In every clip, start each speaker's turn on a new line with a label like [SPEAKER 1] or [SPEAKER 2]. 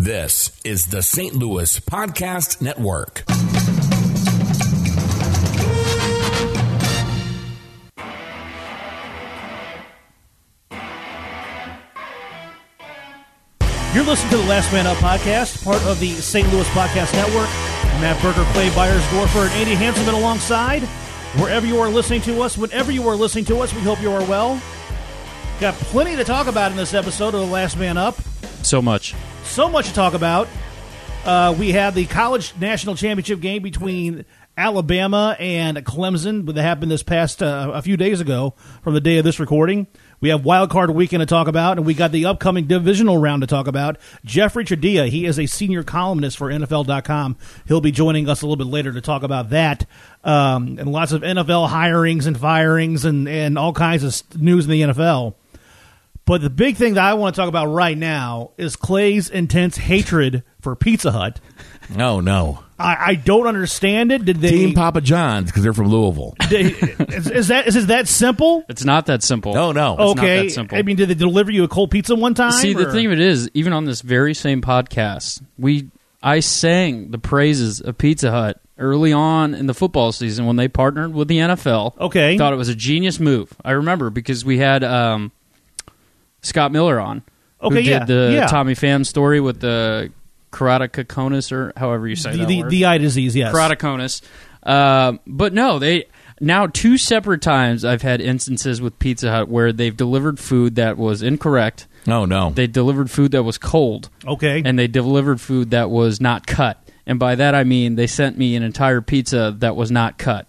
[SPEAKER 1] This is the St. Louis Podcast Network.
[SPEAKER 2] You're listening to the Last Man Up podcast, part of the St. Louis Podcast Network. Matt Berger, Clay Byers, Gorfer, and Andy Hanselman alongside. Wherever you are listening to us, whenever you are listening to us, we hope you are well. Got plenty to talk about in this episode of the Last Man Up.
[SPEAKER 3] So much.
[SPEAKER 2] So much to talk about. Uh, we had the college national championship game between Alabama and Clemson that happened this past uh, a few days ago from the day of this recording. We have wild card weekend to talk about, and we got the upcoming divisional round to talk about. Jeffrey Chadia, he is a senior columnist for NFL.com. He'll be joining us a little bit later to talk about that um, and lots of NFL hirings and firings and, and all kinds of st- news in the NFL. But the big thing that I want to talk about right now is Clay's intense hatred for Pizza Hut.
[SPEAKER 1] Oh, no.
[SPEAKER 2] I, I don't understand it. Did they?
[SPEAKER 1] Team Papa John's because they're from Louisville.
[SPEAKER 2] they- is, is that is it that simple?
[SPEAKER 3] It's not that simple.
[SPEAKER 1] No, no.
[SPEAKER 3] It's
[SPEAKER 2] okay.
[SPEAKER 3] not that simple.
[SPEAKER 2] I mean, did they deliver you a cold pizza one time?
[SPEAKER 3] See, the
[SPEAKER 2] or-
[SPEAKER 3] thing of it is, even on this very same podcast, we I sang the praises of Pizza Hut early on in the football season when they partnered with the NFL.
[SPEAKER 2] Okay.
[SPEAKER 3] Thought it was a genius move. I remember because we had um, Scott Miller on.
[SPEAKER 2] Okay,
[SPEAKER 3] who did
[SPEAKER 2] yeah,
[SPEAKER 3] the
[SPEAKER 2] yeah.
[SPEAKER 3] Tommy Pham story with the keratoconus or however you say
[SPEAKER 2] the,
[SPEAKER 3] that
[SPEAKER 2] the,
[SPEAKER 3] word.
[SPEAKER 2] the eye disease. Yes.
[SPEAKER 3] Keratoconus. Um, but no, they now two separate times I've had instances with Pizza Hut where they've delivered food that was incorrect.
[SPEAKER 1] No, no.
[SPEAKER 3] They delivered food that was cold,
[SPEAKER 2] Okay.
[SPEAKER 3] and they delivered food that was not cut. And by that I mean they sent me an entire pizza that was not cut.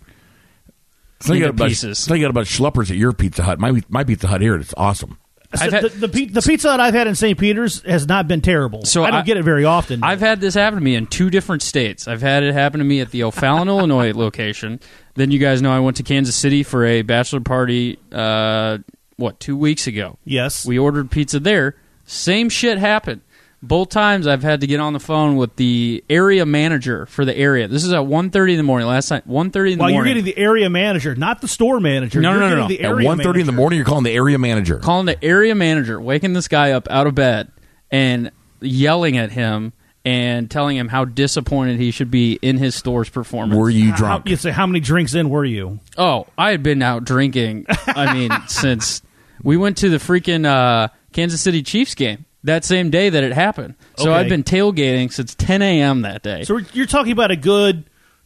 [SPEAKER 3] into
[SPEAKER 1] about,
[SPEAKER 3] pieces.
[SPEAKER 1] Thinking about schleppers at your Pizza Hut. My, my Pizza Hut here, it's awesome.
[SPEAKER 2] So
[SPEAKER 3] I've had-
[SPEAKER 2] the, the, pi- the pizza that I've had in St. Peter's has not been terrible.
[SPEAKER 3] So
[SPEAKER 2] I don't
[SPEAKER 3] I-
[SPEAKER 2] get it very often.
[SPEAKER 3] I've had this happen to me in two different states. I've had it happen to me at the O'Fallon, Illinois location. Then you guys know I went to Kansas City for a bachelor party. Uh, what two weeks ago?
[SPEAKER 2] yes.
[SPEAKER 3] We ordered pizza there. Same shit happened. Both times I've had to get on the phone with the area manager for the area. This is at 1.30 in the morning. Last night, 1.30 in the
[SPEAKER 2] well, you're
[SPEAKER 3] morning.
[SPEAKER 2] getting the area manager, not the store manager.
[SPEAKER 3] No, no,
[SPEAKER 2] You're
[SPEAKER 3] no, no,
[SPEAKER 2] getting
[SPEAKER 3] no.
[SPEAKER 2] The
[SPEAKER 1] At 1.30
[SPEAKER 2] area
[SPEAKER 1] in the
[SPEAKER 2] manager.
[SPEAKER 1] morning, you're calling the area manager.
[SPEAKER 3] calling the area manager, waking this guy up out of bed and yelling at him and telling him how disappointed he should be in his store's performance.
[SPEAKER 1] Were you
[SPEAKER 2] How,
[SPEAKER 1] drunk?
[SPEAKER 2] you say, how many drinks in were you?
[SPEAKER 3] Oh, I had been out drinking. I mean, since we went to the freaking uh, Kansas City Chiefs game that same day that it happened. So
[SPEAKER 2] Okay.
[SPEAKER 3] I'd been tailgating since 10 a.m. that day.
[SPEAKER 2] So we're- you're talking about a good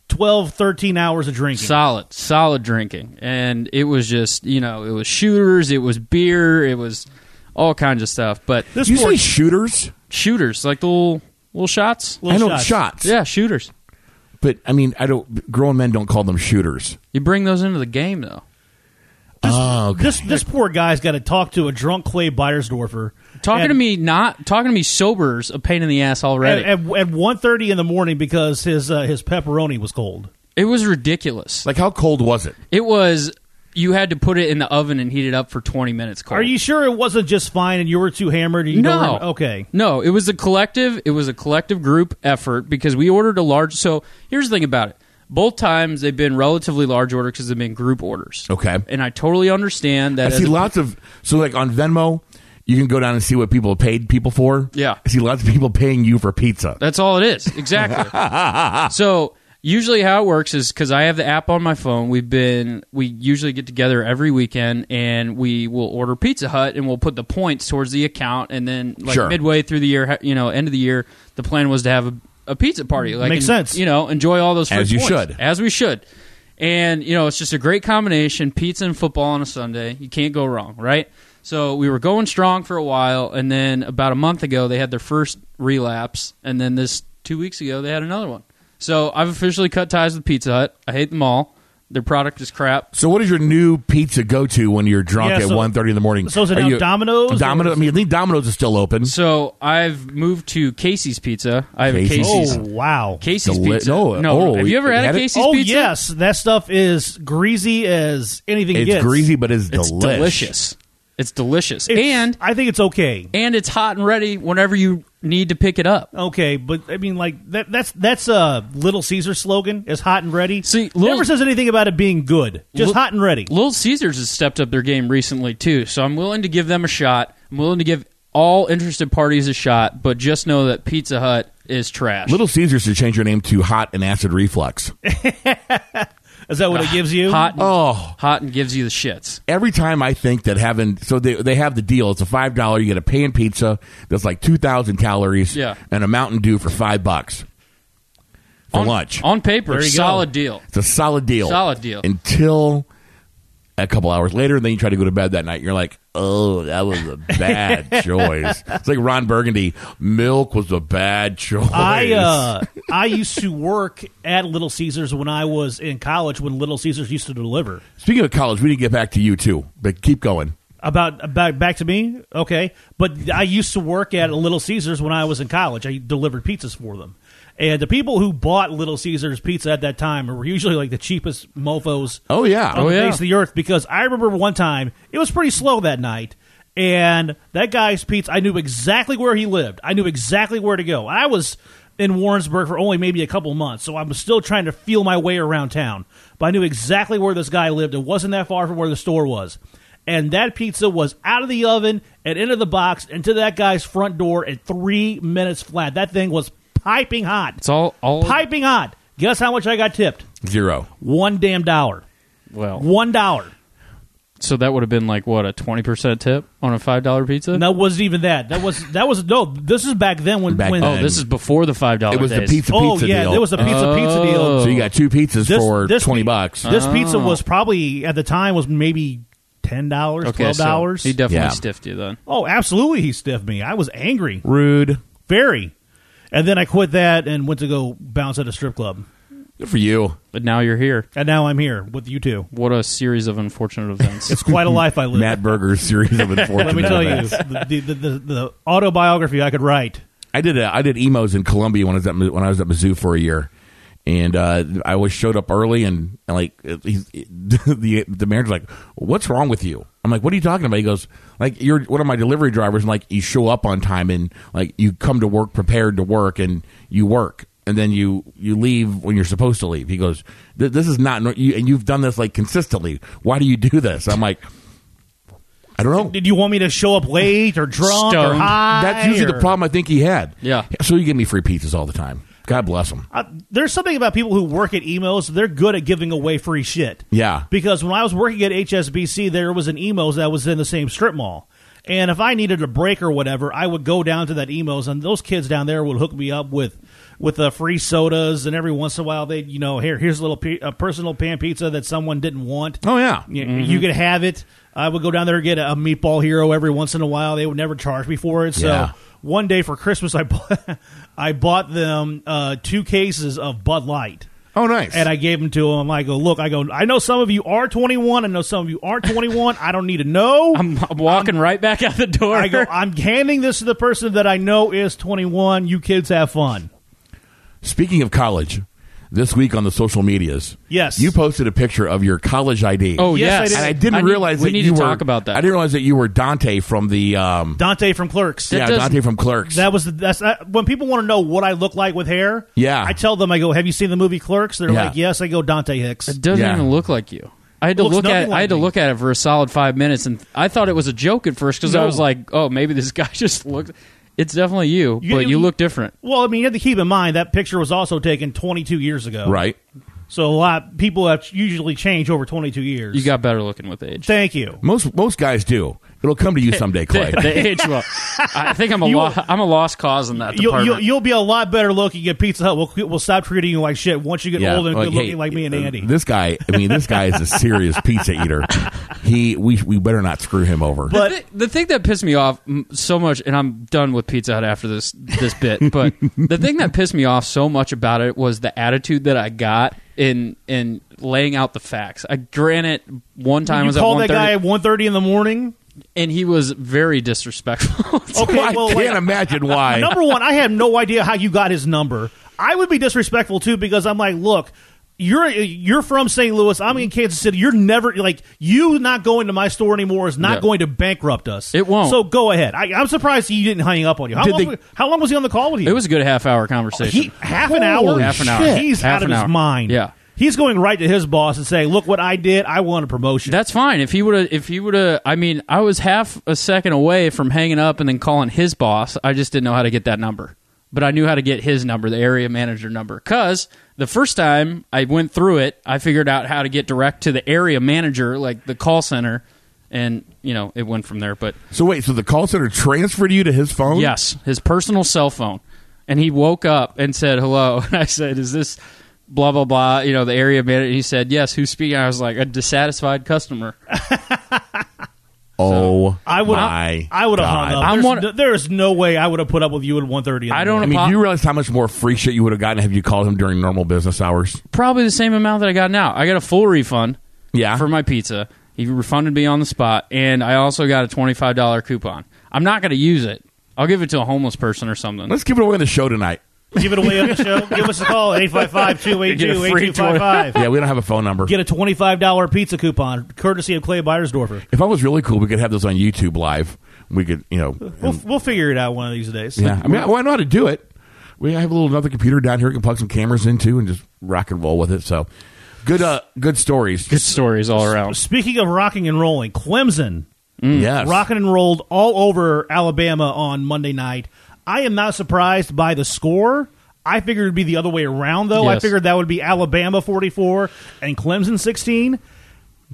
[SPEAKER 2] 12, 13 hours of drinking.
[SPEAKER 3] solid, solid drinking, and it was just you know it was shooters, it was beer, it was all kinds of stuff. But
[SPEAKER 2] this
[SPEAKER 1] you
[SPEAKER 2] poor
[SPEAKER 1] say shooters?
[SPEAKER 3] shooters, like the little little shots,
[SPEAKER 1] I
[SPEAKER 2] little
[SPEAKER 1] know shots.
[SPEAKER 3] yeah, shooters.
[SPEAKER 1] But, I mean, I don't. grown men don't call them shooters.
[SPEAKER 3] You bring those into the game though.
[SPEAKER 2] This, this this poor guy's got to talk to a drunk Clay Byersdorfer.
[SPEAKER 3] Talking
[SPEAKER 2] at,
[SPEAKER 3] to me, not talking to me sober's a pain in the ass
[SPEAKER 2] at,
[SPEAKER 3] already.
[SPEAKER 2] at, at one thirty in the morning because his uh, his pepperoni was cold.
[SPEAKER 3] it was ridiculous.
[SPEAKER 1] Like, how cold was it?
[SPEAKER 3] It was you had to put it in the oven and heat it up for 20 minutes cold.
[SPEAKER 2] Are you sure it wasn't just fine and you were too hammered? And you don't
[SPEAKER 3] Oh. No.
[SPEAKER 2] remember- okay.
[SPEAKER 3] No, it was a collective. It was a collective group effort because we ordered a large. So here's the thing about it. Both times they've been relatively large orders because they've been group orders.
[SPEAKER 1] Okay.
[SPEAKER 3] And I totally understand that.
[SPEAKER 1] I
[SPEAKER 3] as
[SPEAKER 1] see
[SPEAKER 3] a-
[SPEAKER 1] lots of so like on Venmo, you can go down and see what people have paid people for.
[SPEAKER 3] Yeah.
[SPEAKER 1] I see lots of people paying you for pizza.
[SPEAKER 3] That's all it is. Exactly. so usually how it works is because I have the app on my phone. We've been we usually get together every weekend and we will order Pizza Hut and we'll put the points towards the account and then like
[SPEAKER 1] Sure.
[SPEAKER 3] midway through the year, ha- you know, end of the year, the plan was to have a, a pizza party. Like
[SPEAKER 2] Mm-hmm. Makes
[SPEAKER 3] en-
[SPEAKER 2] sense.
[SPEAKER 3] You know, enjoy all those free
[SPEAKER 1] As you
[SPEAKER 3] points.
[SPEAKER 1] should.
[SPEAKER 3] as we should. And you know, it's just a great combination: pizza and football on a Sunday. You can't go wrong, right? So we were going strong for a while, and then about a month ago, they had their first relapse, and then this two weeks ago, they had another one. So I've officially cut ties with Pizza Hut. I hate them all. Their product is crap.
[SPEAKER 1] So what is your new pizza go to when you're drunk
[SPEAKER 2] Yeah,
[SPEAKER 1] at
[SPEAKER 2] so-
[SPEAKER 1] 1.30 in the morning?
[SPEAKER 2] so is it
[SPEAKER 1] Are
[SPEAKER 2] now Domino's, or
[SPEAKER 1] Domino's. I
[SPEAKER 2] is
[SPEAKER 1] mean, I think Domino's is still open.
[SPEAKER 3] So I've moved to Casey's Pizza. I have
[SPEAKER 1] Casey's.
[SPEAKER 3] a Casey's.
[SPEAKER 2] Oh wow.
[SPEAKER 3] Casey's
[SPEAKER 1] Deli-
[SPEAKER 3] Pizza.
[SPEAKER 1] no, oh,
[SPEAKER 3] have you ever
[SPEAKER 1] it
[SPEAKER 3] had
[SPEAKER 1] had
[SPEAKER 3] a
[SPEAKER 1] it-
[SPEAKER 3] Casey's
[SPEAKER 2] Oh
[SPEAKER 3] Pizza?
[SPEAKER 2] yes, that stuff is greasy as anything
[SPEAKER 1] it's
[SPEAKER 2] gets.
[SPEAKER 1] greasy, but it's,
[SPEAKER 3] It's
[SPEAKER 1] delish.
[SPEAKER 3] delicious. It's delicious.
[SPEAKER 2] It's-
[SPEAKER 3] and
[SPEAKER 2] I think it's okay.
[SPEAKER 3] and it's hot and ready whenever you need to pick it up.
[SPEAKER 2] Okay, but I mean, like that—that's that's a Little Caesar slogan. Is hot and ready.
[SPEAKER 3] See,
[SPEAKER 2] It
[SPEAKER 3] Little-
[SPEAKER 2] never says anything about it being good. Just
[SPEAKER 3] Lit-
[SPEAKER 2] hot and ready.
[SPEAKER 3] Little Caesars has stepped up their game recently too, so I'm willing to give them a shot. I'm willing to give all interested parties a shot, but just know that Pizza Hut is trash.
[SPEAKER 1] Little Caesars should change your name to Hot and Acid Reflux.
[SPEAKER 2] Is that what it gives you?
[SPEAKER 3] Ah, hot, and,
[SPEAKER 1] Oh,
[SPEAKER 3] hot, and gives you the shits.
[SPEAKER 1] every time I think that having so they they have the deal. It's a five dollar. You get a pan pizza that's like two thousand calories.
[SPEAKER 3] Yeah.
[SPEAKER 1] and a Mountain Dew for five bucks for
[SPEAKER 3] on,
[SPEAKER 1] lunch.
[SPEAKER 3] on paper,
[SPEAKER 2] There you go.
[SPEAKER 3] solid deal.
[SPEAKER 1] It's a solid deal.
[SPEAKER 3] Solid deal.
[SPEAKER 1] Until a couple hours later, and then you try to go to bed that night. and You're like, oh, that was a bad choice. It's like Ron Burgundy. Milk was a bad choice.
[SPEAKER 2] I uh, I used to work at Little Caesars when I was in college when Little Caesars used to deliver.
[SPEAKER 1] Speaking of college, we need to get back to you too, but keep going.
[SPEAKER 2] About about back to me, okay. But I used to work at Little Caesars when I was in college. I delivered pizzas for them, and the people who bought Little Caesars pizza at that time were usually like the cheapest mofo's.
[SPEAKER 1] Oh yeah.
[SPEAKER 2] on the
[SPEAKER 3] yeah.
[SPEAKER 2] face of the earth because I remember one time it was pretty slow that night, and that guy's pizza. I knew exactly where he lived. I knew exactly where to go. I was in Warrensburg for only maybe a couple months, so I'm still trying to feel my way around town. But I knew exactly where this guy lived. It wasn't that far from where the store was. And that pizza was out of the oven and into the box into that guy's front door in three minutes flat. That thing was piping hot.
[SPEAKER 3] It's all all
[SPEAKER 2] piping hot. Guess how much I got tipped?
[SPEAKER 1] Zero.
[SPEAKER 2] One damn dollar.
[SPEAKER 3] well.
[SPEAKER 2] One dollar.
[SPEAKER 3] So that would have been like what a twenty percent tip on a five dollar pizza.
[SPEAKER 2] No, it wasn't even that. That was that was no. This is back then when
[SPEAKER 1] Back
[SPEAKER 2] when
[SPEAKER 1] then.
[SPEAKER 3] oh, this is before the five dollar.
[SPEAKER 1] It was the
[SPEAKER 3] days.
[SPEAKER 1] pizza
[SPEAKER 2] oh
[SPEAKER 1] pizza
[SPEAKER 2] yeah,
[SPEAKER 1] deal.
[SPEAKER 2] there was a pizza pizza
[SPEAKER 3] Oh.
[SPEAKER 2] deal.
[SPEAKER 1] so you got two pizzas
[SPEAKER 2] This-
[SPEAKER 1] for
[SPEAKER 2] this
[SPEAKER 1] twenty
[SPEAKER 2] pi-
[SPEAKER 1] bucks. Oh.
[SPEAKER 2] This pizza was probably at the time was maybe ten dollars,
[SPEAKER 3] Okay,
[SPEAKER 2] twelve
[SPEAKER 3] so
[SPEAKER 2] dollars.
[SPEAKER 3] he definitely
[SPEAKER 1] Yeah.
[SPEAKER 3] stiffed you then.
[SPEAKER 2] oh, absolutely, he stiffed me. I was angry,
[SPEAKER 1] Rude.
[SPEAKER 2] very. And then I quit that and went to go bounce at a strip club.
[SPEAKER 1] Good for you.
[SPEAKER 3] But now you're here.
[SPEAKER 2] And now I'm here with you two.
[SPEAKER 3] What a series of unfortunate events.
[SPEAKER 2] It's quite a life I live.
[SPEAKER 1] Matt Berger's series of unfortunate
[SPEAKER 2] Let me tell you,
[SPEAKER 1] events.
[SPEAKER 2] the, the, the, the autobiography I could write.
[SPEAKER 1] I did a, I did emos in Columbia when I was at when I was at Mizzou for a year, and uh, I always showed up early and, and like he's, the the manager's like, "What's wrong with you?" I'm like, "What are you talking about?" He goes, "Like you're one of my delivery drivers, and like you show up on time and like you come to work prepared to work and you work." And then you, you leave when you're supposed to leave. He goes, "Th- "This is not, nor- you, and you've done this like consistently. Why do you do this?" I'm like, "I don't know."
[SPEAKER 2] Did you want me to show up late or drunk or
[SPEAKER 3] Stoned.
[SPEAKER 2] high?
[SPEAKER 1] That's usually
[SPEAKER 2] or-
[SPEAKER 1] the problem I think he had.
[SPEAKER 3] Yeah.
[SPEAKER 1] So you give me free pizzas all the time. God bless him.
[SPEAKER 2] Uh, there's something about people who work at emos they're good at giving away free shit
[SPEAKER 1] Yeah.
[SPEAKER 2] because when i was working at hsbc there was an emos that was in the same strip mall and if i needed a break or whatever i would go down to that emos and those kids down there would hook me up with with uh, free sodas and every once in a while they would you know here here's a little pe- a personal pan pizza that someone didn't want
[SPEAKER 1] Oh yeah.
[SPEAKER 2] you, you could have it. I would go down there and get a, a meatball hero every once in a while. They would never charge me for it. So
[SPEAKER 1] Yeah.
[SPEAKER 2] one day for Christmas, I bought, I bought them uh, two cases of Bud Light.
[SPEAKER 1] Oh nice.
[SPEAKER 2] And I gave them to them. I go, look, I go, I know some of you are 21. I know some of you aren't 21. I don't need to know.
[SPEAKER 3] I'm, I'm walking right back out the door.
[SPEAKER 2] I go, I'm handing this to the person that I know is 21. You kids have fun.
[SPEAKER 1] Speaking of college, this week on the social medias,
[SPEAKER 2] Yes.
[SPEAKER 1] you posted a picture of your college ID.
[SPEAKER 3] oh
[SPEAKER 2] Yes,
[SPEAKER 3] yes,
[SPEAKER 1] and
[SPEAKER 2] I did.
[SPEAKER 1] I didn't
[SPEAKER 3] need-
[SPEAKER 1] realize
[SPEAKER 3] we
[SPEAKER 1] that
[SPEAKER 3] need
[SPEAKER 1] you
[SPEAKER 3] to
[SPEAKER 1] were-
[SPEAKER 3] talk about that.
[SPEAKER 1] I didn't realize that you were Dante from the um,
[SPEAKER 2] Dante from Clerks.
[SPEAKER 1] yeah
[SPEAKER 3] does-
[SPEAKER 1] Dante from Clerks.
[SPEAKER 2] That was the, that's that, when people want to know what I look like with hair.
[SPEAKER 1] Yeah.
[SPEAKER 2] I tell them I go, "Have you seen the movie Clerks?" They're
[SPEAKER 1] Yeah.
[SPEAKER 2] like, "Yes." I go, "Dante Hicks."
[SPEAKER 3] It doesn't
[SPEAKER 1] Yeah.
[SPEAKER 3] even look like you. I had to
[SPEAKER 2] Looks
[SPEAKER 3] look at
[SPEAKER 2] nothing
[SPEAKER 3] it,
[SPEAKER 2] like
[SPEAKER 3] I had to
[SPEAKER 2] me.
[SPEAKER 3] look at it for a solid five minutes, and I thought it was a joke at first because I
[SPEAKER 2] No.
[SPEAKER 3] was like, "Oh, maybe this guy just looked." It's definitely you,
[SPEAKER 2] You-
[SPEAKER 3] but you look different.
[SPEAKER 2] Well, I mean, you have to keep in mind that picture was also taken 22 years ago,
[SPEAKER 1] right.
[SPEAKER 2] So a lot people have usually changed over 22 years.
[SPEAKER 3] You got better looking with age.
[SPEAKER 2] Thank you.
[SPEAKER 1] Most most guys do. It'll come to you someday, Clay.
[SPEAKER 3] The, the age, well, I think I'm a lo- I'm a lost cause in that
[SPEAKER 2] You'll,
[SPEAKER 3] department.
[SPEAKER 2] you'll, you'll be a lot better looking at Pizza Hut. We'll, we'll stop treating you like shit once you get old and
[SPEAKER 1] like,
[SPEAKER 2] good looking
[SPEAKER 1] hey,
[SPEAKER 2] like me and
[SPEAKER 1] uh,
[SPEAKER 2] Andy.
[SPEAKER 1] This guy, I mean, this guy is a serious pizza eater. He, we, we better not screw him over.
[SPEAKER 3] The thi- the thing that pissed me off mm, so much, and I'm done with Pizza Hut after this this bit, but the thing that pissed me off so much about it was the attitude that I got in in laying out the facts. I granted one time I
[SPEAKER 2] you
[SPEAKER 3] was at
[SPEAKER 2] call
[SPEAKER 3] one
[SPEAKER 2] that guy
[SPEAKER 3] thirty,
[SPEAKER 2] at 1.30 in the morning?
[SPEAKER 3] and he was very disrespectful. to
[SPEAKER 2] Okay,
[SPEAKER 1] I
[SPEAKER 2] well,
[SPEAKER 1] can't
[SPEAKER 2] like-
[SPEAKER 1] imagine why.
[SPEAKER 2] number one, I have no idea how you got his number. I would be disrespectful too because I'm like, look, you're you're from St. Louis. I'm in Kansas City. You're never like you not going to my store anymore is not
[SPEAKER 3] Yeah.
[SPEAKER 2] going to bankrupt us.
[SPEAKER 3] It won't.
[SPEAKER 2] So go ahead. I, I'm surprised he didn't hang up on you. How
[SPEAKER 1] Did
[SPEAKER 2] long?
[SPEAKER 1] they-
[SPEAKER 2] how long was he on the call with you?
[SPEAKER 3] It was a good half hour conversation.
[SPEAKER 2] he half an hour.
[SPEAKER 1] Holy
[SPEAKER 3] half an hour.
[SPEAKER 2] He's
[SPEAKER 3] half
[SPEAKER 2] out of
[SPEAKER 3] an
[SPEAKER 2] his
[SPEAKER 3] hour.
[SPEAKER 2] mind.
[SPEAKER 3] Yeah.
[SPEAKER 2] He's going right to his boss and saying, "Look what I did. I won a promotion."
[SPEAKER 3] That's fine. If he would have, if he would have, I mean, I was half a second away from hanging up and then calling his boss. I just didn't know how to get that number, but I knew how to get his number, the area manager number, because the first time I went through it, I figured out how to get direct to the area manager, like the call center, and you know, it went from there. But
[SPEAKER 1] So wait, so the call center transferred you to his phone?
[SPEAKER 3] Yes, his personal cell phone. And he woke up and said hello. And I said, "Is this blah blah blah?" You know, the area manager. And he said, "Yes." Who's speaking? I was like, "A dissatisfied customer."
[SPEAKER 1] Oh,
[SPEAKER 2] I would.
[SPEAKER 1] My
[SPEAKER 2] I would have
[SPEAKER 1] God.
[SPEAKER 2] hung up.
[SPEAKER 3] I'm
[SPEAKER 2] There's,
[SPEAKER 3] one-
[SPEAKER 2] no, there is no way I would have put up with you at one thirty.
[SPEAKER 3] I don't
[SPEAKER 1] I mean, do you realize how much more free shit you would have gotten had you called him during normal business hours?
[SPEAKER 3] probably the same amount that I got now. I got a full refund
[SPEAKER 1] Yeah.
[SPEAKER 3] for my pizza. He refunded me on the spot, and I also got a twenty five dollar coupon. I'm not going to use it. I'll give it to a homeless person or something.
[SPEAKER 1] Let's give it away on the show tonight.
[SPEAKER 2] give it away on the show. Give us a call 855-282-8255.
[SPEAKER 1] Yeah, we don't have a phone number.
[SPEAKER 2] Get a twenty five dollar pizza coupon courtesy of Clay Byersdorfer.
[SPEAKER 1] if I was really cool, we could have this on YouTube live. We could, you know,
[SPEAKER 2] We'll, we'll figure it out one of these days.
[SPEAKER 1] yeah. I mean, I, well, I know how to do it. We I have a little another computer down here. We can plug some cameras into and just rock and roll with it. So, good, uh, good stories.
[SPEAKER 3] Good stories all around.
[SPEAKER 2] Speaking of rocking and rolling, Clemson
[SPEAKER 1] Yes,
[SPEAKER 2] rocking and rolled all over Alabama on Monday night. I am not surprised by the score. I figured it'd be the other way around, though. I
[SPEAKER 3] Yes.
[SPEAKER 2] figured that would be Alabama 44 and Clemson 16.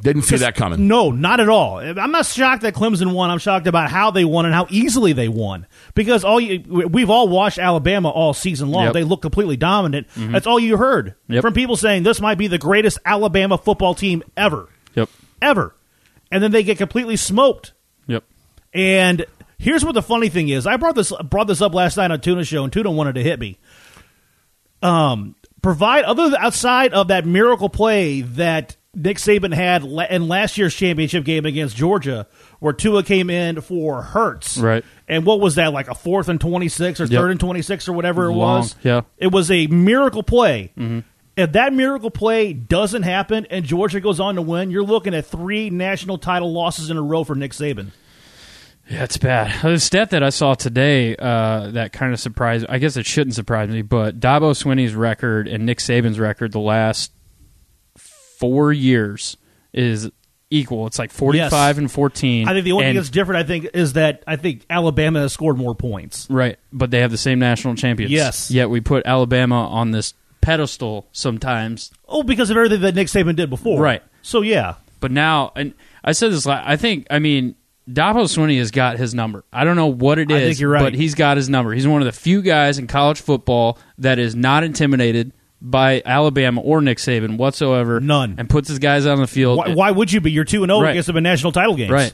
[SPEAKER 1] Didn't see that coming.
[SPEAKER 2] No, not at all. I'm not shocked that Clemson won. I'm shocked about how they won and how easily they won. Because all you, we've all watched Alabama all season long.
[SPEAKER 3] Yep. Mm-hmm.
[SPEAKER 2] They look completely dominant. That's all you heard
[SPEAKER 3] Yep.
[SPEAKER 2] from people saying this might be the greatest Alabama football team ever,
[SPEAKER 3] Yep.
[SPEAKER 2] ever. And then they get completely smoked
[SPEAKER 3] Yep.
[SPEAKER 2] and here's what the funny thing is: I brought this brought this up last night on Tuna Show, and Tuna wanted to hit me. Um, provide other th- outside of that miracle play that Nick Saban had la- in last year's championship game against Georgia, where Tua came in for Hertz,
[SPEAKER 3] Right.
[SPEAKER 2] And what was that like a fourth and twenty six or
[SPEAKER 3] Yep.
[SPEAKER 2] third and twenty six or whatever it
[SPEAKER 3] Long,
[SPEAKER 2] was?
[SPEAKER 3] yeah. Mm-hmm.
[SPEAKER 2] it was a miracle play. If that miracle play doesn't happen and Georgia goes on to win, you're looking at three national title losses in a row for Nick Saban.
[SPEAKER 3] Yeah, it's bad. The stat that I saw today uh, that kind of surprised I guess it shouldn't surprise me, but Dabo Swinney's record and Nick Saban's record the last four years is equal. It's like 45 and 14.
[SPEAKER 2] I think the only
[SPEAKER 3] and,
[SPEAKER 2] thing that's different, I think, is that I think Alabama has scored more points.
[SPEAKER 3] Right, but they have the same national champions.
[SPEAKER 2] Yes.
[SPEAKER 3] Yet we put Alabama on this pedestal sometimes
[SPEAKER 2] Oh, because of everything that Nick Saban did before.
[SPEAKER 3] Right.
[SPEAKER 2] So, yeah.
[SPEAKER 3] But now, and I said this. la- I think. I mean, Dabo Swinney has got his number. I don't know what it
[SPEAKER 2] I
[SPEAKER 3] is,
[SPEAKER 2] think you're right.
[SPEAKER 3] but he's got his number. He's one of the few guys in college football that is not intimidated by Alabama or Nick Saban whatsoever.
[SPEAKER 2] None.
[SPEAKER 3] and puts his guys out on the field.
[SPEAKER 2] Why, why would you be? You're 2 and 0
[SPEAKER 3] Right.
[SPEAKER 2] against them in national title games.
[SPEAKER 3] Right.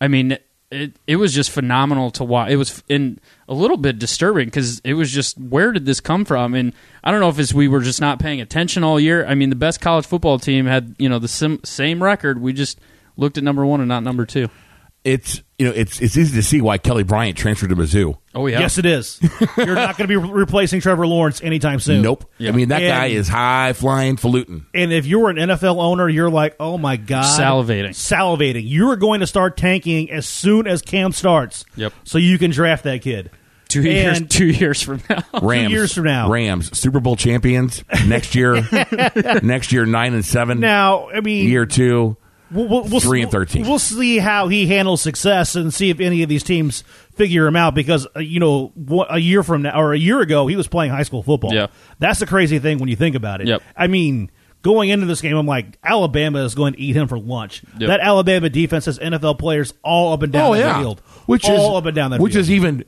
[SPEAKER 3] I mean, it it was just phenomenal to watch. It was in a little bit disturbing because it was just where did this come from? And I don't know if it's we were just not paying attention all year. I mean, the best college football team had you know the sim, same record. We just looked at number one and not number two.
[SPEAKER 1] It's you know, it's it's easy to see why Kelly Bryant transferred to Mizzou.
[SPEAKER 3] Oh yeah,
[SPEAKER 2] Yes, it is. You're not going to be re- replacing Trevor Lawrence anytime soon.
[SPEAKER 1] Nope.
[SPEAKER 3] Yeah.
[SPEAKER 1] I mean, that guy
[SPEAKER 2] And-
[SPEAKER 1] is high flying falutin.
[SPEAKER 2] And if you were an NFL owner, you're like, oh my God.
[SPEAKER 3] Salivating.
[SPEAKER 2] Salivating. You are going to start tanking as soon as camp starts.
[SPEAKER 3] Yep.
[SPEAKER 2] So you can draft that kid.
[SPEAKER 3] two years
[SPEAKER 2] And-
[SPEAKER 3] two years from now.
[SPEAKER 1] Rams
[SPEAKER 2] years from now.
[SPEAKER 1] Rams Super Bowl champions next year. next year, nine and seven.
[SPEAKER 2] Now, I mean,
[SPEAKER 1] year two.
[SPEAKER 2] We'll, we'll, we'll,
[SPEAKER 1] Three and 13.
[SPEAKER 2] We'll see how he handles success and see if any of these teams figure him out because uh, you know wha- a year from now or a year ago he was playing high school football.
[SPEAKER 3] Yeah.
[SPEAKER 2] that's the crazy thing when you think about it.
[SPEAKER 3] Yep.
[SPEAKER 2] I mean, going into this game, I'm like Alabama is going to eat him for lunch.
[SPEAKER 3] Yep.
[SPEAKER 2] That Alabama defense has NFL players all up and down
[SPEAKER 1] oh
[SPEAKER 2] the
[SPEAKER 1] yeah,
[SPEAKER 2] field,
[SPEAKER 1] which
[SPEAKER 2] all
[SPEAKER 1] is
[SPEAKER 2] up and down that
[SPEAKER 1] which
[SPEAKER 2] field.
[SPEAKER 1] is even.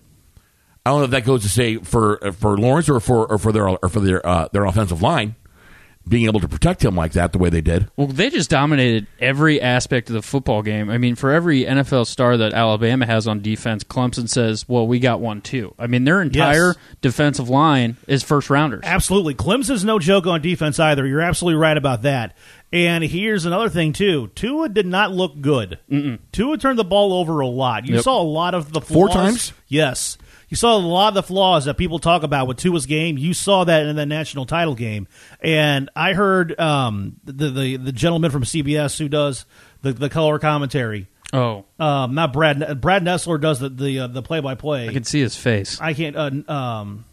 [SPEAKER 1] I don't know if that goes to say for for Lawrence or for or for their or for their uh, their offensive line being able to protect him like that the way they did.
[SPEAKER 3] Well, they just dominated every aspect of the football game. I mean, for every NFL star that Alabama has on defense, Clemson says, "Well, we got one too." I mean, their entire
[SPEAKER 2] Yes.
[SPEAKER 3] defensive line is first rounders.
[SPEAKER 2] Absolutely. Clemson's no joke on defense either. You're absolutely right about that. And here's another thing, too. Tua did not look good. Mm-mm. Tua turned the ball over a lot. You
[SPEAKER 3] Yep.
[SPEAKER 2] saw a lot of the flaws.
[SPEAKER 1] Four times?
[SPEAKER 2] Yes. You saw a lot of the flaws that people talk about with Tua's game. You saw that in the national title game. And I heard um, the, the, the gentleman from CBS who does the, the color commentary.
[SPEAKER 3] Oh,
[SPEAKER 2] Um, not Brad. Brad Nessler does the the uh, the play by
[SPEAKER 3] I
[SPEAKER 2] play.
[SPEAKER 3] can see his face.
[SPEAKER 2] I can't. Uh, um,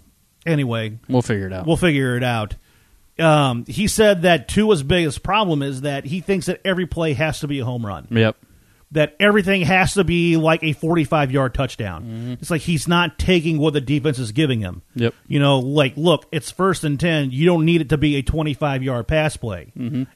[SPEAKER 2] anyway,
[SPEAKER 3] We'll figure it out.
[SPEAKER 2] We'll figure it out. Um, he said that Tua's biggest problem is that he thinks that every play has to be a home run.
[SPEAKER 3] Yep.
[SPEAKER 2] that everything has to be like a 45 yard touchdown. It's like he's not taking what the defense is giving him.
[SPEAKER 3] Yep.
[SPEAKER 2] You know, like, look, it's first and 10. You don't need it to be a 25 yard pass play.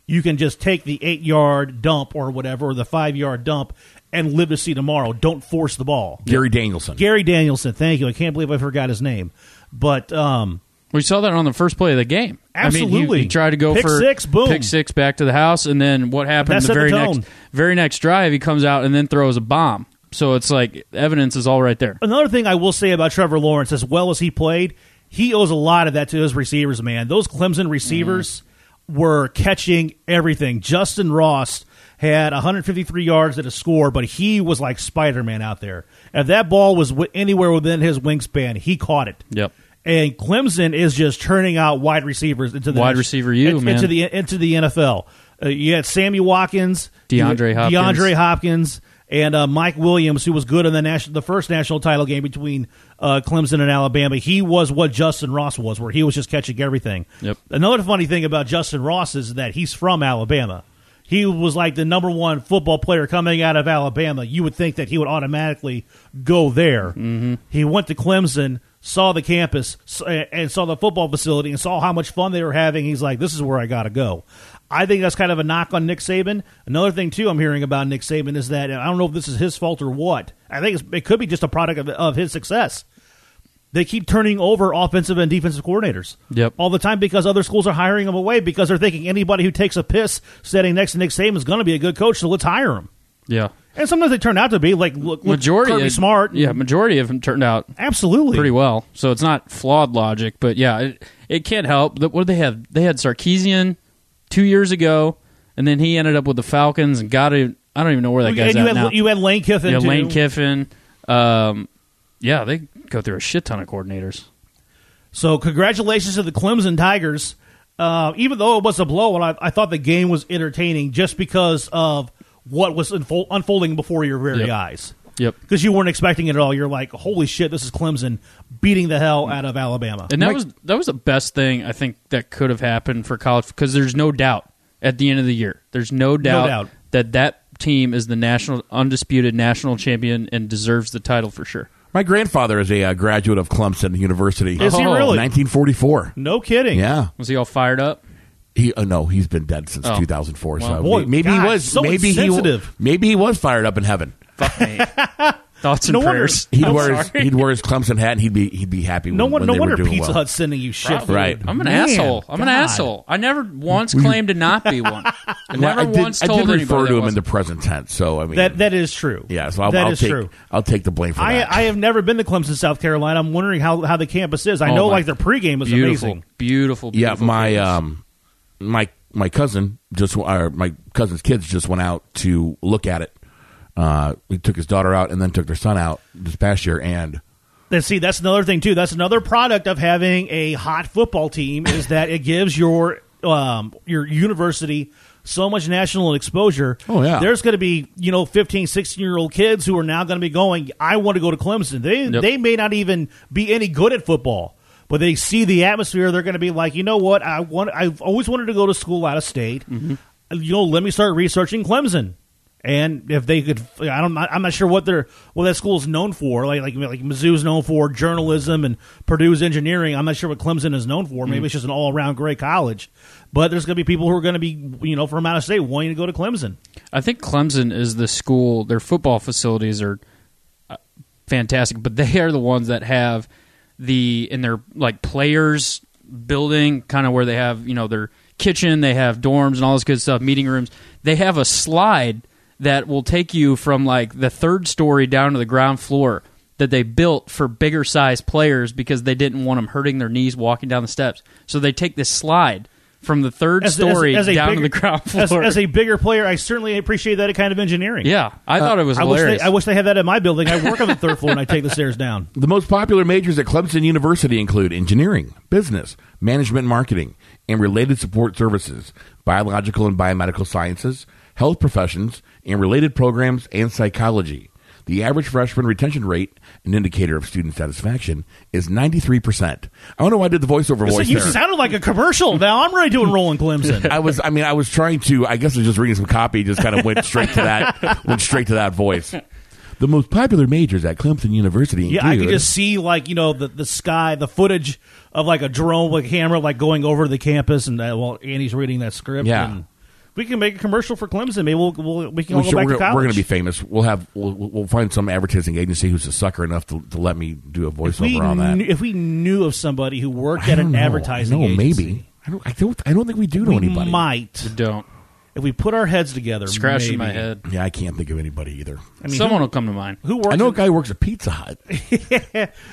[SPEAKER 2] You can just take the eight yard dump or whatever, or the five yard dump, and live to see tomorrow. Don't force the ball.
[SPEAKER 1] Gary Danielson.
[SPEAKER 2] Gary Danielson, thank you. I can't believe I forgot his name. But, um,
[SPEAKER 3] We saw that on the first play of the game. I mean,
[SPEAKER 2] Absolutely.
[SPEAKER 3] he, he tried to go
[SPEAKER 2] Pick
[SPEAKER 3] for
[SPEAKER 2] six, boom.
[SPEAKER 3] pick six back to the house, and then what happened
[SPEAKER 2] That
[SPEAKER 3] the
[SPEAKER 2] set the
[SPEAKER 3] very
[SPEAKER 2] tone.
[SPEAKER 3] next very next drive? He comes out and then throws a bomb. So it's like evidence is all right there.
[SPEAKER 2] another thing I will say about Trevor Lawrence, as well as he played, he owes a lot of that to his receivers, man. Those Clemson receivers were catching everything. Justin Ross had 153 yards at a score, but he was like Spider Man out there. If that ball was wi- anywhere within his wingspan, he caught it.
[SPEAKER 3] Yep.
[SPEAKER 2] And Clemson is just turning out wide receivers into the
[SPEAKER 3] Wide receiver you,
[SPEAKER 2] into,
[SPEAKER 3] man.
[SPEAKER 2] into the into the NFL. Uh, you had Sammy Watkins,
[SPEAKER 3] DeAndre
[SPEAKER 2] you-
[SPEAKER 3] Hopkins.
[SPEAKER 2] DeAndre Hopkins and uh, Mike Williams, who was good in the national, the first national title game between uh, Clemson and Alabama. He was what Justin Ross was, where he was just catching everything.
[SPEAKER 3] Yep.
[SPEAKER 2] Another funny thing about Justin Ross is that he's from Alabama. He was like the number one football player coming out of Alabama. You would think that he would automatically go there. Mm-hmm. He went to Clemson, saw the campus, s- and saw the football facility, and saw how much fun they were having. He's like, "This is where I got to go." I think that's kind of a knock on Nick Saban. Another thing too, I'm hearing about Nick Saban is that and I don't know if this is his fault or what. I think it's, it could be just a product of, of his success. They keep turning over offensive and defensive coordinators
[SPEAKER 3] Yep.
[SPEAKER 2] all the time because other schools are hiring them away because they're thinking anybody who takes a piss sitting next to Nick Saban is going to be a good coach, so let's hire him.
[SPEAKER 3] Yeah.
[SPEAKER 2] And sometimes they turn out to be like look, look
[SPEAKER 3] Majority
[SPEAKER 2] Kirby
[SPEAKER 3] of-
[SPEAKER 2] Smart.
[SPEAKER 3] Yeah, majority of them turned out
[SPEAKER 2] absolutely.
[SPEAKER 3] pretty well. So it's not flawed logic, but yeah, it, it can't help. That what did they have? They had Sarkeesian two years ago, and then he ended up with the Falcons and got it. I don't even know where that guy's
[SPEAKER 2] and you
[SPEAKER 3] at
[SPEAKER 2] had
[SPEAKER 3] now.
[SPEAKER 2] you had Lane Kiffin.
[SPEAKER 3] yeah,
[SPEAKER 2] too.
[SPEAKER 3] Lane Kiffin. Um, yeah, they go through a shit ton of coordinators.
[SPEAKER 2] So congratulations to the Clemson Tigers. Uh, even though it was a blowout, I, I thought the game was entertaining just because of what was unfold, unfolding before your very
[SPEAKER 3] Yep.
[SPEAKER 2] eyes.
[SPEAKER 3] Yep.
[SPEAKER 2] Because you weren't expecting it at all. You're like, holy shit, this is Clemson beating the hell out of Alabama.
[SPEAKER 3] And that was that was the best thing I think that could have happened for college because there's no doubt at the end of the year, there's no doubt,
[SPEAKER 2] doubt.
[SPEAKER 3] that that team is the national undisputed national champion and deserves the title for sure.
[SPEAKER 1] My grandfather is a uh, graduate of Clemson University.
[SPEAKER 2] Is he
[SPEAKER 3] Oh.
[SPEAKER 2] really?
[SPEAKER 1] 1944.
[SPEAKER 2] No kidding.
[SPEAKER 1] Yeah.
[SPEAKER 3] Was he all fired up?
[SPEAKER 1] He uh, no, he's been dead since
[SPEAKER 3] Oh.
[SPEAKER 1] 2004. so
[SPEAKER 2] boy,
[SPEAKER 1] maybe
[SPEAKER 2] God,
[SPEAKER 1] he was
[SPEAKER 2] so
[SPEAKER 1] maybe
[SPEAKER 2] insensitive.
[SPEAKER 1] he maybe he was fired up in heaven.
[SPEAKER 3] Fuck me. Thoughts and
[SPEAKER 2] No wonder-
[SPEAKER 3] prayers.
[SPEAKER 1] He'd
[SPEAKER 3] I'm
[SPEAKER 1] wear his,
[SPEAKER 3] sorry.
[SPEAKER 1] he'd wear his Clemson hat and he'd be he'd be happy.
[SPEAKER 2] No
[SPEAKER 1] when,
[SPEAKER 2] one,
[SPEAKER 1] when
[SPEAKER 2] no
[SPEAKER 1] they
[SPEAKER 2] wonder
[SPEAKER 1] were doing
[SPEAKER 2] Pizza
[SPEAKER 1] well.
[SPEAKER 2] Hut's sending you shit.
[SPEAKER 1] Probably. Right.
[SPEAKER 3] I'm an
[SPEAKER 2] Man,
[SPEAKER 3] asshole. I'm an
[SPEAKER 2] God.
[SPEAKER 3] asshole. I never once claimed to not be one. I
[SPEAKER 1] Well,
[SPEAKER 3] never
[SPEAKER 1] I did,
[SPEAKER 3] once
[SPEAKER 1] I
[SPEAKER 3] told
[SPEAKER 1] did
[SPEAKER 3] anybody
[SPEAKER 1] refer
[SPEAKER 3] I
[SPEAKER 1] to him in the
[SPEAKER 3] wasn't.
[SPEAKER 1] present tense. So I mean,
[SPEAKER 2] That that is true.
[SPEAKER 1] yeah. So I'll,
[SPEAKER 2] That
[SPEAKER 1] I'll
[SPEAKER 2] is
[SPEAKER 1] take
[SPEAKER 2] true.
[SPEAKER 1] I'll take the blame for
[SPEAKER 2] I
[SPEAKER 1] that.
[SPEAKER 2] I have never been to Clemson, South Carolina. I'm wondering how, how the campus is. I
[SPEAKER 1] Oh,
[SPEAKER 2] know
[SPEAKER 3] my-
[SPEAKER 2] like their pregame is
[SPEAKER 3] beautiful,
[SPEAKER 2] amazing.
[SPEAKER 3] beautiful,
[SPEAKER 1] yeah,
[SPEAKER 3] beautiful.
[SPEAKER 1] my
[SPEAKER 3] campus.
[SPEAKER 1] um, my my cousin just or my cousin's kids just went out to look at it. Uh, he took his daughter out and then took their son out this past year, and
[SPEAKER 2] Then see, that's another thing too. That's another product of having a hot football team is that it gives your um, your university so much national exposure.
[SPEAKER 1] Oh, yeah.
[SPEAKER 2] There's going to be, you know, 15, 16 year old kids who are now going to be going, I want to go to Clemson. They
[SPEAKER 3] Yep.
[SPEAKER 2] they may not even be any good at football, but they see the atmosphere, they're going to be like, "You know what? I want I've always wanted to go to school out of state. You know, let me start researching Clemson." And if they could, I don't, I'm not sure what their what that school is known for. Like like like Mizzou's known for journalism and Purdue's engineering. I'm not sure what Clemson is known for. Maybe it's just an all around great college. But there's going to be people who are going to be you know from out of state wanting to go to Clemson.
[SPEAKER 3] I think Clemson is the school. Their football facilities are uh, fantastic, but they are the ones that have the in their like players building, kind of where they have you know their kitchen, they have dorms and all this good stuff, meeting rooms. They have a slide that will take you from like the third story down to the ground floor that they built for bigger size players because they didn't want them hurting their knees walking down the steps. So they take this slide from the third story down to the ground
[SPEAKER 2] as,
[SPEAKER 3] floor.
[SPEAKER 2] as a bigger player, I certainly appreciate that kind of engineering.
[SPEAKER 3] Yeah, I thought it was
[SPEAKER 1] Uh,
[SPEAKER 2] I wish,
[SPEAKER 3] hilarious.
[SPEAKER 2] they, I wish they had that at my building. I work on the third floor and I take the stairs down.
[SPEAKER 1] The most popular majors at Clemson University include engineering, business, management and marketing, and related support services, biological and biomedical sciences, health professions, and related programs, and psychology. The average freshman retention rate, an indicator of student satisfaction, is 93%. I don't know why I did the voiceover
[SPEAKER 2] So
[SPEAKER 1] voice
[SPEAKER 2] you
[SPEAKER 1] there.
[SPEAKER 2] sounded like a commercial. Now I'm ready to enroll in Clemson.
[SPEAKER 1] I was, I mean, I was trying to, I guess I was just reading some copy, just kind of went straight to that, went straight to that voice. The most popular majors at Clemson University
[SPEAKER 2] Yeah, I
[SPEAKER 1] include
[SPEAKER 2] could just see like you know the, the sky, the footage of like a drone with a camera like going over the campus, and uh, while Annie's reading that script.
[SPEAKER 1] Yeah.
[SPEAKER 2] and we can make a commercial for Clemson. Maybe we'll, we'll we can all
[SPEAKER 1] we
[SPEAKER 2] go
[SPEAKER 1] should-
[SPEAKER 2] back
[SPEAKER 1] we're,
[SPEAKER 2] to
[SPEAKER 1] gonna-
[SPEAKER 2] college.
[SPEAKER 1] we're gonna be famous. We'll have we'll, we'll find some advertising agency who's a sucker enough to, to let me do a voiceover
[SPEAKER 2] we
[SPEAKER 1] on that.
[SPEAKER 2] knew, if we knew of somebody who worked
[SPEAKER 1] I
[SPEAKER 2] at
[SPEAKER 1] don't
[SPEAKER 2] an
[SPEAKER 1] know.
[SPEAKER 2] advertising
[SPEAKER 1] I know,
[SPEAKER 2] agency,
[SPEAKER 1] maybe. I don't. I don't. I don't think we do know
[SPEAKER 2] we
[SPEAKER 1] anybody.
[SPEAKER 2] might
[SPEAKER 3] Don't.
[SPEAKER 2] if we put our heads together.
[SPEAKER 3] It's crashing
[SPEAKER 2] maybe.
[SPEAKER 3] my head.
[SPEAKER 1] Yeah, I can't think of anybody either.
[SPEAKER 2] I mean,
[SPEAKER 3] Someone will come to mind.
[SPEAKER 2] who, who works
[SPEAKER 1] I know a
[SPEAKER 2] in,
[SPEAKER 1] guy who works at Pizza Hut,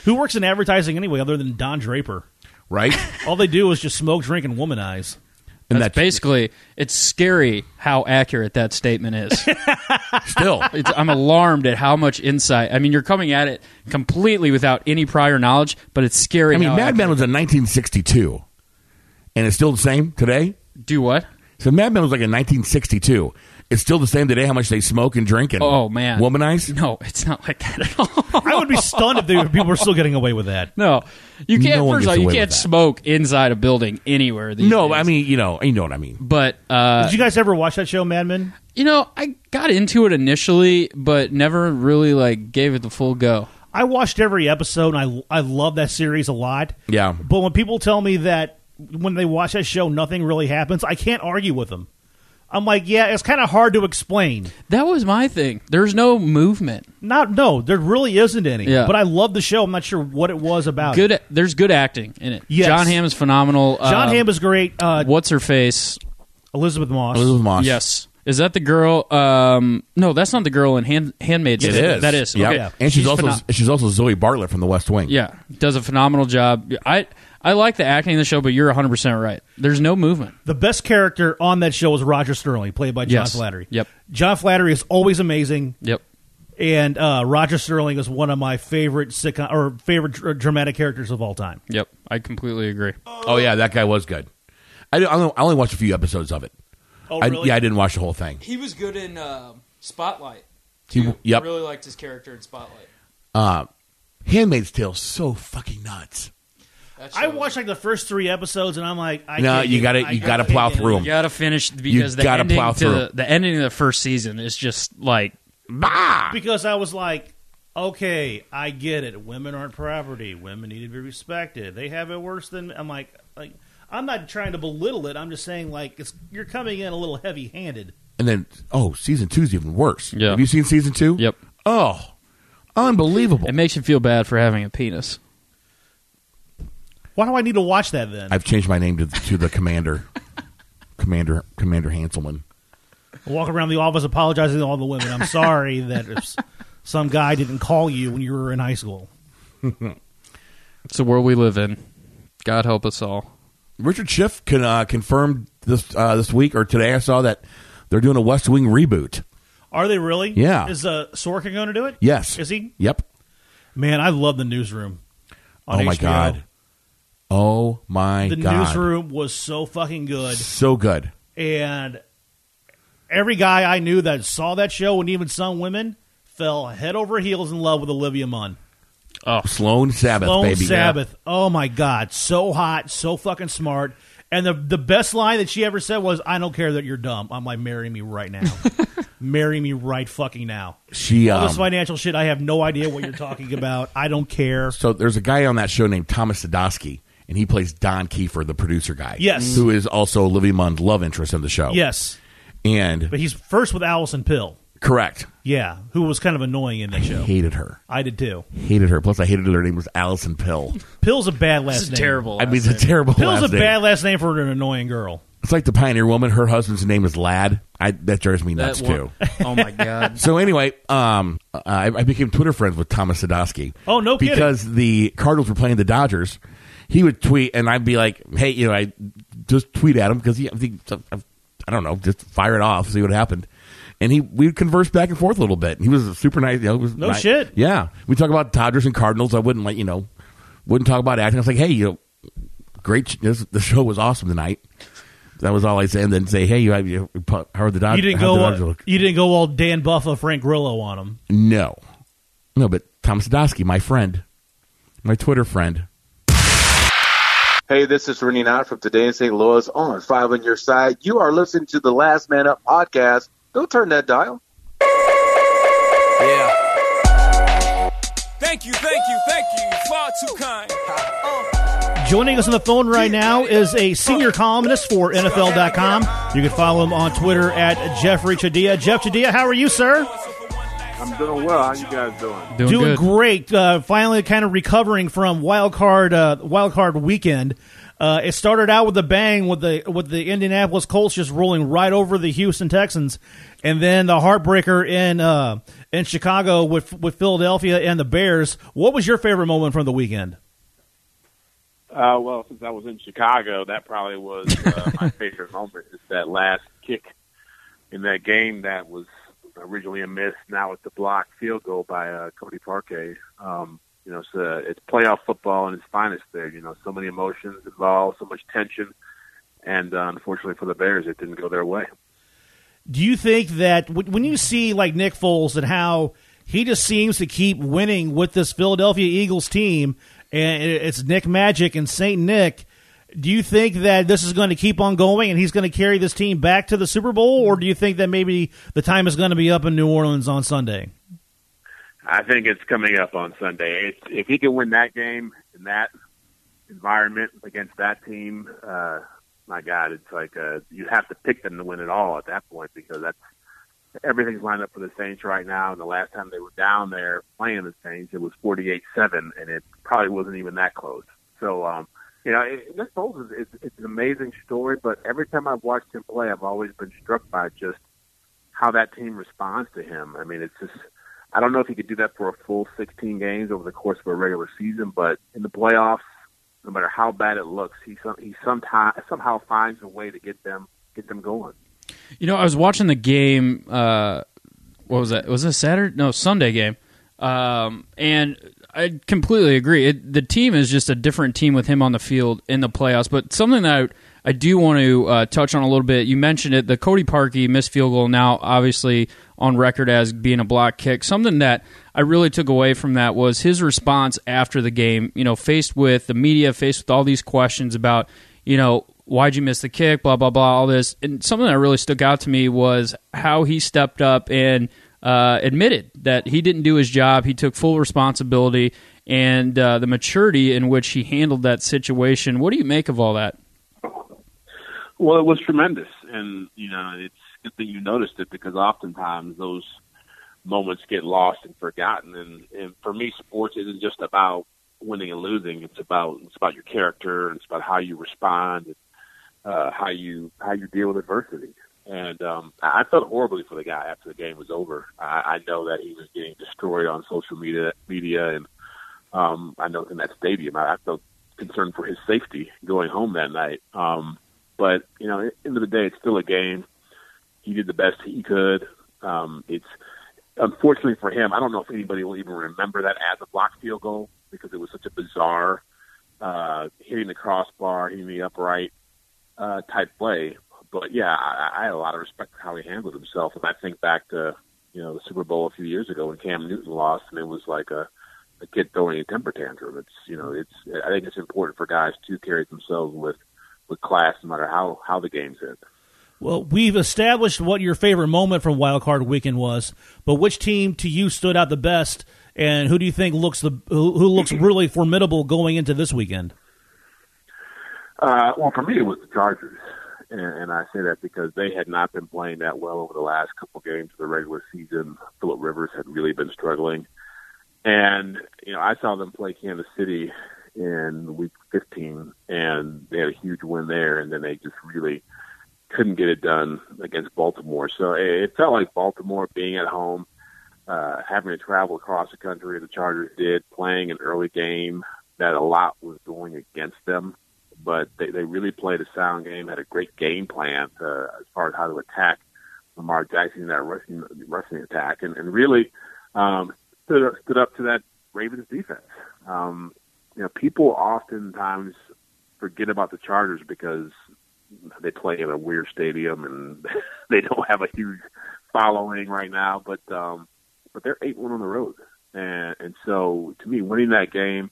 [SPEAKER 2] who works in advertising anyway, other than Don Draper.
[SPEAKER 1] right?
[SPEAKER 2] All they do is just smoke, drink, and womanize.
[SPEAKER 1] And
[SPEAKER 3] That's basically. It's scary how accurate that statement is.
[SPEAKER 1] still.
[SPEAKER 3] it's, I'm alarmed at how much insight. I mean, you're coming at it completely without any prior knowledge, but it's scary.
[SPEAKER 1] I mean,
[SPEAKER 3] how
[SPEAKER 1] Mad Men
[SPEAKER 3] accurate-
[SPEAKER 1] was in 1962, and it's still the same today.
[SPEAKER 3] do what?
[SPEAKER 1] So Mad Men was like in 1962. It's still the same today. How much they smoke and drink and
[SPEAKER 3] Oh man,
[SPEAKER 1] womanize.
[SPEAKER 3] No, it's not like that at all.
[SPEAKER 2] I would be stunned if they, people were still getting away with that.
[SPEAKER 3] No, you can't.
[SPEAKER 1] No one
[SPEAKER 3] first
[SPEAKER 1] gets
[SPEAKER 3] of all, you
[SPEAKER 1] away with
[SPEAKER 3] can't
[SPEAKER 1] that.
[SPEAKER 3] smoke inside a building anywhere. These
[SPEAKER 1] No,
[SPEAKER 3] days.
[SPEAKER 1] I mean you know you know what I mean.
[SPEAKER 3] but uh,
[SPEAKER 2] Did you guys ever watch that show, Mad Men?
[SPEAKER 3] you know, I got into it initially, but never really like gave it the full go.
[SPEAKER 2] I watched every episode, and I I love that series a lot.
[SPEAKER 1] Yeah.
[SPEAKER 2] But when people tell me that when they watch that show, nothing really happens, I can't argue with them. I'm like, yeah, it's kind of hard to explain.
[SPEAKER 3] That was my thing. There's no movement.
[SPEAKER 2] Not no, there really isn't any.
[SPEAKER 3] Yeah.
[SPEAKER 2] But I love the show. I'm not sure what it was about.
[SPEAKER 3] Good. There's good acting in it.
[SPEAKER 2] Yes.
[SPEAKER 3] John Hamm is phenomenal.
[SPEAKER 2] John
[SPEAKER 3] Um,
[SPEAKER 2] Hamm is great. Uh,
[SPEAKER 3] What's her face?
[SPEAKER 2] Elizabeth Moss.
[SPEAKER 1] Elizabeth Moss.
[SPEAKER 3] Yes. Is that the girl? Um, no, that's not the girl in Hand, Handmaid's.
[SPEAKER 1] It
[SPEAKER 3] Tale.
[SPEAKER 1] is.
[SPEAKER 3] That is.
[SPEAKER 1] Yeah.
[SPEAKER 3] Okay.
[SPEAKER 1] And she's, also
[SPEAKER 3] phenom-
[SPEAKER 1] she's also Zoe Bartlett from The West Wing.
[SPEAKER 3] yeah, does a phenomenal job. I I like the acting in the show, but you're 100 percent right. There's no movement.
[SPEAKER 2] The best character on that show was Roger Sterling, played by John
[SPEAKER 3] Yes.
[SPEAKER 2] Flattery.
[SPEAKER 3] Yep.
[SPEAKER 2] John Flattery is always amazing.
[SPEAKER 3] Yep.
[SPEAKER 2] and uh, Roger Sterling is one of my favorite sitcom or favorite dr- dramatic characters of all time.
[SPEAKER 3] Yep. I completely agree.
[SPEAKER 1] Oh yeah, that guy was good. I, I only- I only watched a few episodes of it.
[SPEAKER 2] Oh,
[SPEAKER 1] I-
[SPEAKER 2] really?
[SPEAKER 1] yeah, I didn't watch the whole thing.
[SPEAKER 3] He was good in uh, Spotlight.
[SPEAKER 1] He- yep.
[SPEAKER 3] liked his character in Spotlight.
[SPEAKER 1] Uh, Handmaid's Tale so fucking nuts.
[SPEAKER 2] I watched like the first three episodes, and I'm like, I
[SPEAKER 1] No,
[SPEAKER 2] can't
[SPEAKER 1] you
[SPEAKER 2] get-
[SPEAKER 1] gotta-
[SPEAKER 2] I
[SPEAKER 1] you
[SPEAKER 2] can't
[SPEAKER 1] gotta
[SPEAKER 2] get
[SPEAKER 1] plow
[SPEAKER 2] into
[SPEAKER 1] through
[SPEAKER 2] it.
[SPEAKER 3] You gotta finish because the
[SPEAKER 1] gotta
[SPEAKER 3] ending
[SPEAKER 1] plow
[SPEAKER 3] to the,
[SPEAKER 1] through.
[SPEAKER 3] the ending of the first season is just like
[SPEAKER 1] Bah!
[SPEAKER 2] because I was like, okay, I get it. Women aren't property. Women need to be respected. They have it worse than I'm like, like I'm not trying to belittle it. I'm just saying like it's you're coming in a little heavy handed.
[SPEAKER 1] And then oh, season two's even worse.
[SPEAKER 3] Yeah.
[SPEAKER 1] Have you seen season two?
[SPEAKER 3] Yep.
[SPEAKER 1] Oh, unbelievable!
[SPEAKER 3] it makes you feel bad for having a penis.
[SPEAKER 2] Why do I need to watch that then?
[SPEAKER 1] I've changed my name to to the Commander, Commander Commander Hanselman.
[SPEAKER 2] walk around the office apologizing to all the women. I'm sorry that if s- some guy didn't call you when you were in high school.
[SPEAKER 3] It's the world we live in. God help us all.
[SPEAKER 1] Richard Schiff can, uh, confirmed this uh, this week or today. I saw that they're doing a West Wing reboot.
[SPEAKER 2] Are they really?
[SPEAKER 1] Yeah.
[SPEAKER 2] Is uh, Sorkin going to do it?
[SPEAKER 1] Yes.
[SPEAKER 2] Is he?
[SPEAKER 1] Yep.
[SPEAKER 2] Man, I love the newsroom. on
[SPEAKER 1] oh my
[SPEAKER 2] HBO.
[SPEAKER 1] god. Oh my
[SPEAKER 2] The
[SPEAKER 1] god.
[SPEAKER 2] newsroom was so fucking good,
[SPEAKER 1] So good.
[SPEAKER 2] and every guy I knew that saw that show, and even some women, fell head over heels in love with Olivia Munn.
[SPEAKER 1] Sloan Sabbath,
[SPEAKER 2] Lone
[SPEAKER 1] baby.
[SPEAKER 2] Oh. Sabbath. Oh my god, so hot, so fucking smart. And the the best line that she ever said was, "I don't care that you're dumb. I'm like, marry me right now, marry me right fucking now."
[SPEAKER 1] She.
[SPEAKER 2] All this
[SPEAKER 1] Um,
[SPEAKER 2] financial shit, I have no idea what you're talking about. I don't care.
[SPEAKER 1] so there's a guy on that show named Thomas Sadowski, and he plays Don Kiefer, the producer guy.
[SPEAKER 2] Yes.
[SPEAKER 1] Who is also Olivia Munn's love interest in the show.
[SPEAKER 2] Yes,
[SPEAKER 1] And
[SPEAKER 2] but he's first with Allison Pill.
[SPEAKER 1] correct.
[SPEAKER 2] Yeah, who was kind of annoying in that show.
[SPEAKER 1] Hated her.
[SPEAKER 2] I did too.
[SPEAKER 1] Hated her. Plus, I hated her. Her name was Allison Pill.
[SPEAKER 2] Pill's a bad last
[SPEAKER 3] This is
[SPEAKER 2] name.
[SPEAKER 3] terrible.
[SPEAKER 1] I mean, it's a
[SPEAKER 3] last name.
[SPEAKER 1] terrible
[SPEAKER 2] Pill's
[SPEAKER 1] last
[SPEAKER 2] a
[SPEAKER 1] name.
[SPEAKER 2] bad last name for an annoying girl.
[SPEAKER 1] It's like the Pioneer Woman. Her husband's name is Lad. I, that drives me nuts
[SPEAKER 3] That one-
[SPEAKER 1] too.
[SPEAKER 3] Oh my god.
[SPEAKER 1] So anyway, um, I, I became Twitter friends with Thomas Sadowski.
[SPEAKER 2] Oh, no kidding.
[SPEAKER 1] Because the Cardinals were playing the Dodgers, he would tweet, and I'd be like, "Hey, you know, I just tweet at him because he, I think, I don't know, just fire it off, see what happened." And he, we would converse back and forth a little bit. He was a super nice. You know, he was
[SPEAKER 2] No
[SPEAKER 1] nice.
[SPEAKER 2] shit.
[SPEAKER 1] Yeah, we talk about Dodgers and Cardinals. I wouldn't let you know, wouldn't talk about acting. I was like, "Hey, you know, great, sh- this, the show was awesome tonight." That was all I said, and then say, "Hey, you, you how are the Dodgers?"
[SPEAKER 2] You didn't
[SPEAKER 1] how
[SPEAKER 2] go. uh,
[SPEAKER 1] the Dodgers look?
[SPEAKER 2] you didn't go all Dan Buffa, Frank Grillo on him.
[SPEAKER 1] No, No, but Tom Sadowski, my friend, my Twitter friend.
[SPEAKER 4] Hey, this is Renee Knott from Today in St. Louis on Five on Your Side. You are listening to the Last Man Up podcast. Don't turn that dial.
[SPEAKER 5] Yeah. Thank you, thank you, thank you. You're far too kind.
[SPEAKER 2] Joining us on the phone right now is a senior columnist for NFL.com. You can follow him on Twitter at Jeffrey Chadia. Jeff Chadia, how are you, sir?
[SPEAKER 4] I'm doing well. How you guys doing?
[SPEAKER 3] Doing,
[SPEAKER 2] Doing
[SPEAKER 3] good.
[SPEAKER 2] great. Uh, finally, kind of recovering from wild card uh, wild card weekend. Uh, it started out with a bang with the with the Indianapolis Colts just rolling right over the Houston Texans, and then the heartbreaker in uh, in Chicago with with Philadelphia and the Bears. What was your favorite moment from the weekend?
[SPEAKER 6] Uh, well, since I was in Chicago, that probably was uh, my favorite moment. Is that last kick in that game that was originally a miss. Now it's the blocked field goal by uh, Cody Parquet. Um, you know, it's, uh, it's playoff football in its finest. There, you know, so many emotions involved, so much tension, and uh, unfortunately for the Bears, it didn't go their way.
[SPEAKER 2] Do you think that when when you see like Nick Foles and how he just seems to keep winning with this Philadelphia Eagles team, and it- it's Nick Magic and Saint Nick? Do you think that this is going to keep on going and he's going to carry this team back to the Super Bowl, or do you think that maybe the time is going to be up in New Orleans on Sunday?
[SPEAKER 6] I think it's coming up on Sunday. It's, if he can win that game in that environment against that team, uh, my God, it's like uh, you have to pick them to win it all at that point because that's everything's lined up for the Saints right now. And the last time they were down there playing the Saints, it was forty-eight-seven, and it probably wasn't even that close. So, um, you know, it, Nick Foles is it's, it's an amazing story, but every time I've watched him play, I've always been struck by just how that team responds to him. I mean, it's just I don't know if he could do that for a full 16 games over the course of a regular season, but in the playoffs, no matter how bad it looks, he some, he sometime, somehow finds a way to get them get them going.
[SPEAKER 3] You know, I was watching the game. Uh, what was that? Was it a Saturday? No, Sunday game. Um, and I completely agree. It, the team is just a different team with him on the field in the playoffs. But something that I, I do want to uh, touch on a little bit. You mentioned it. The Cody Parkey missed field goal. Now, obviously, on record as being a block kick. Something that I really took away from that was his response after the game. You know, faced with the media, faced with all these questions about you know, why'd you miss the kick, blah, blah, blah, all this. And something that really stuck out to me was how he stepped up and uh, admitted that he didn't do his job. He took full responsibility and uh, the maturity in which he handled that situation. What do you make of all that?
[SPEAKER 6] Well, it was tremendous, and you know it's a good thing you noticed it because oftentimes those moments get lost and forgotten. And, and for me, sports isn't just about winning and losing; it's about it's about your character, and it's about how you respond, and, uh, how you how you deal with adversity. And um, I I felt horribly for the guy after the game was over. I, I know that he was getting destroyed on social media, media, and um, I know in that stadium, I, I felt concerned for his safety going home that night. Um, but you know, at the end of the day, it's still a game. He did the best he could. Um, it's unfortunately for him, I don't know if anybody will even remember that as a block field goal because it was such a bizarre uh, hitting the crossbar, hitting the upright uh, type play. But yeah, I, I had a lot of respect for how he handled himself, and I think back to you know the Super Bowl a few years ago when Cam Newton lost, and it was like a a kid throwing a temper tantrum. It's you know, it's I think it's important for guys to carry themselves with with class, no matter how how the game's in.
[SPEAKER 2] Well, we've established what your favorite moment from Wild Card Weekend was, but which team to you stood out the best, and who do you think looks the who, who looks really formidable going into this weekend?
[SPEAKER 6] Uh, well, for me, it was the Chargers, and, and I say that because they had not been playing that well over the last couple games of the regular season. Philip Rivers had really been struggling, and you know I saw them play Kansas City in Week 15, and they had a huge win there, and then they just really couldn't get it done against Baltimore. So it, it felt like Baltimore being at home. Uh, having to travel across the country, the Chargers did playing an early game that a lot was going against them but they, they really played a sound game, had a great game plan uh, as far as how to attack Lamar Jackson in that rushing, rushing attack, and, and really um, stood, up- stood up to that Ravens defense. Um, you know, people oftentimes forget about the Chargers because they play in a weird stadium and they don't have a huge following right now, but um, but they're eight one on the road, And, and so, to me, winning that game,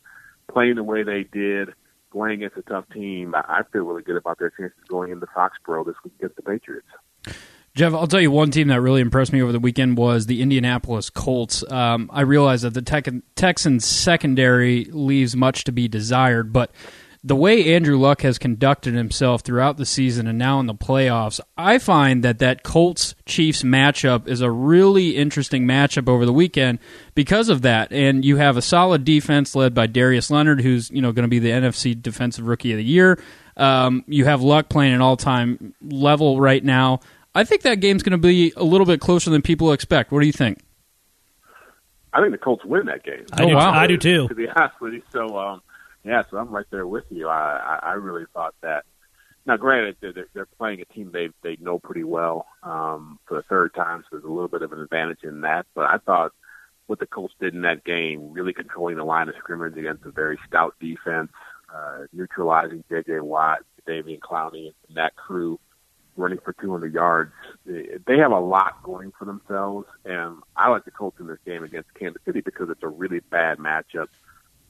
[SPEAKER 6] playing the way they did, playing against a tough team, I, I feel really good about their chances going into Foxborough this week against the Patriots.
[SPEAKER 3] Jeff, I'll tell you one team that really impressed me over the weekend was the Indianapolis Colts. Um, I realize that the Tec- Texans secondary leaves much to be desired, but the way Andrew Luck has conducted himself throughout the season and now in the playoffs, I find that that Colts Chiefs matchup is a really interesting matchup over the weekend because of that. And you have a solid defense led by Darius Leonard, who's you know going to be the NFC Defensive Rookie of the Year. Um, you have Luck playing an all-time level right now. I think that game's going to be a little bit closer than people expect. What do you think?
[SPEAKER 6] I think the Colts win that game.
[SPEAKER 2] I do- I do too.
[SPEAKER 6] To be honest with you, so um, yeah, so I'm right there with you. I, I, I really thought that. Now, granted, they're- they're, they're playing a team they they know pretty well um, for the third time, so there's a little bit of an advantage in that. But I thought what the Colts did in that game, really controlling the line of scrimmage against a very stout defense, uh, neutralizing J.J. Watt, Davian Clowney, and that crew running for 200 yards. They they have a lot going for themselves, and I like the Colts in this game against Kansas City because it's a really bad matchup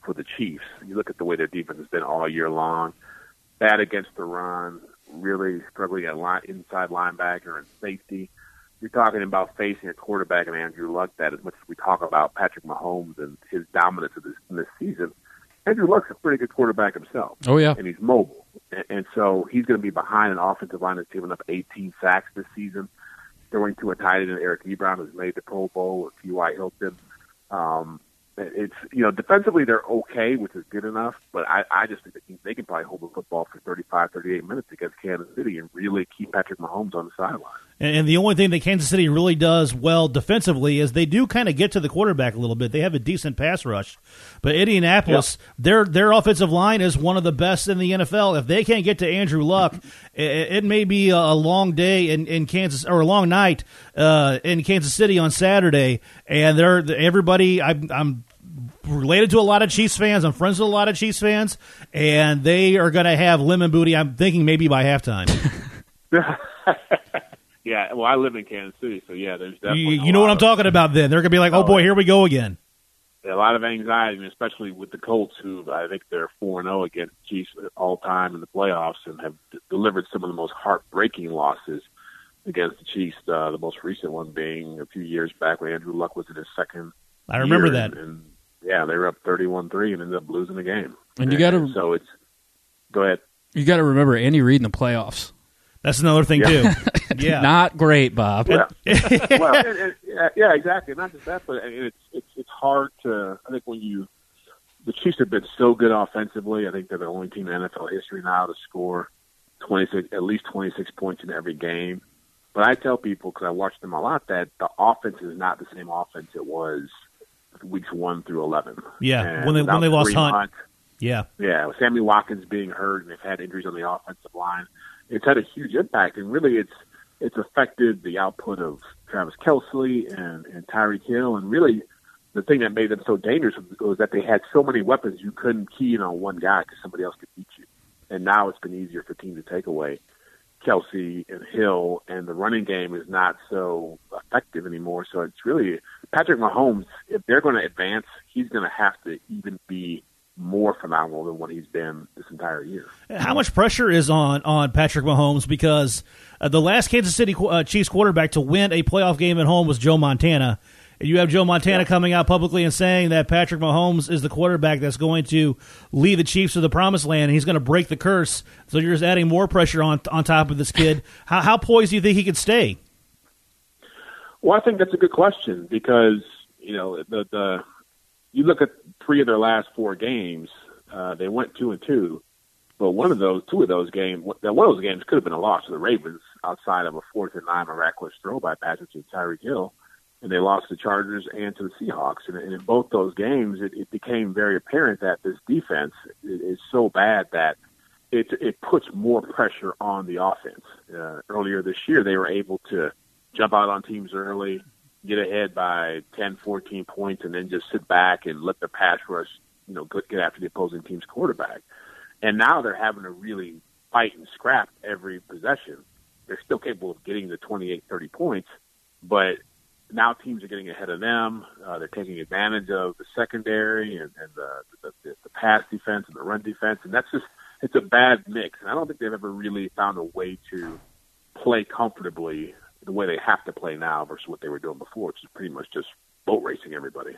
[SPEAKER 6] for the Chiefs. You look at the way their defense has been all year long, bad against the run, really struggling at line, inside linebacker and safety. You're talking about facing a quarterback and Andrew Luck that as much as we talk about Patrick Mahomes and his dominance of this, in this season, Andrew Luck's a pretty good quarterback himself
[SPEAKER 3] Oh yeah,
[SPEAKER 6] and he's mobile. And, and so he's going to be behind an offensive line that's given up 18 sacks this season, throwing to a tight end, Eric Ebron, who's made the Pro Bowl, or T.Y. Hilton. Um, it- it's, you know, defensively they're okay, which is good enough, but I, I just think that they can probably hold the football for 35, 38 minutes against Kansas City and really keep Patrick Mahomes on the sideline.
[SPEAKER 2] And, and the only thing that Kansas City really does well defensively is they do kind of get to the quarterback a little bit. They have a decent pass rush, but Indianapolis, their their offensive line is one of the best in the NFL. If they can't get to Andrew Luck, it, it may be a, a long day in, in Kansas or a long night uh, in Kansas City on Saturday. And they're everybody. I'm, I'm related to a lot of Chiefs fans. I'm friends with a lot of Chiefs fans, and they are going to have lemon booty. I'm thinking maybe by halftime.
[SPEAKER 6] Yeah, well, I live in Kansas City, so yeah, there's definitely
[SPEAKER 2] you,
[SPEAKER 6] a
[SPEAKER 2] you know
[SPEAKER 6] lot
[SPEAKER 2] what I'm
[SPEAKER 6] of-
[SPEAKER 2] talking about then. They're going to be like, oh,
[SPEAKER 6] Oh,
[SPEAKER 2] boy,
[SPEAKER 6] yeah.
[SPEAKER 2] here we go again.
[SPEAKER 6] a lot of anxiety, and especially with the Colts, who I think they're four and zero against the Chiefs all time in the playoffs, and have d- delivered some of the most heartbreaking losses against the Chiefs. Uh, the most recent one being a few years back when Andrew Luck was in his second.
[SPEAKER 2] I remember
[SPEAKER 6] year,
[SPEAKER 2] that.
[SPEAKER 6] And, and yeah, they were up thirty-one three and ended up losing the game.
[SPEAKER 3] And you gotta-
[SPEAKER 6] so it's go ahead.
[SPEAKER 3] you got to remember Andy Reid in the playoffs.
[SPEAKER 2] That's another thing, too. yeah.
[SPEAKER 3] Not great, Bob.
[SPEAKER 6] Yeah. well, and, and, yeah, yeah, exactly. Not just that, but and it's it's it's hard to. I think when you the Chiefs have been so good offensively, I think they're the only team in NFL history now to score twenty six at least twenty six points in every game. But I tell people because I watch them a lot that the offense is not the same offense it was weeks one through eleven.
[SPEAKER 2] Yeah,
[SPEAKER 6] And
[SPEAKER 2] when they- when
[SPEAKER 6] without
[SPEAKER 2] they lost
[SPEAKER 6] Kareem
[SPEAKER 2] Hunt. yeah.
[SPEAKER 6] yeah, with Sammy Watkins being hurt and they've had injuries on the offensive line, it's had a huge impact. And really, it's it's affected the output of Travis Kelsey and, and Tyreek Hill. And really, the thing that made them so dangerous was- was that they had so many weapons you couldn't key in on one guy because somebody else could beat you. And now it's been easier for teams to take away Kelsey and Hill, and the running game is not so effective anymore. So it's really Patrick Mahomes. If they're going to advance, he's going to have to even be more phenomenal than what he's been this entire year.
[SPEAKER 2] How much pressure is on on Patrick Mahomes because uh, the last Kansas City qu- uh, Chiefs quarterback to win a playoff game at home was Joe Montana. And you have Joe Montana coming out publicly and saying that Patrick Mahomes is the quarterback that's going to lead the Chiefs to the promised land and he's going to break the curse. So you're just adding more pressure on on top of this kid. how, how poised do you think he could stay?
[SPEAKER 6] Well, I think that's a good question because you know the the you look at three of their last four games, uh, they went two and two, but one of those two of those games, that one of those games could have been a loss to the Ravens outside of a fourth and nine miraculous throw by Patrick and Tyreek Hill, and they lost to the Chargers and to the Seahawks, and, and in both those games, it, it became very apparent that this defense i- is so bad that it it puts more pressure on the offense. Uh, earlier this year, they were able to jump out on teams early, get ahead by 10, 14 points, and then just sit back and let the pass rush, you know, get get after the opposing team's quarterback. And now they're having to really fight and scrap every possession. They're still capable of getting the 28, 30 points, but now teams are getting ahead of them. Uh, they're taking advantage of the secondary and, and the, the, the the pass defense and the run defense, and that's just it's a bad mix. And I don't think they've ever really found a way to play comfortably the way they have to play now versus what they were doing before, which is pretty much just boat racing everybody.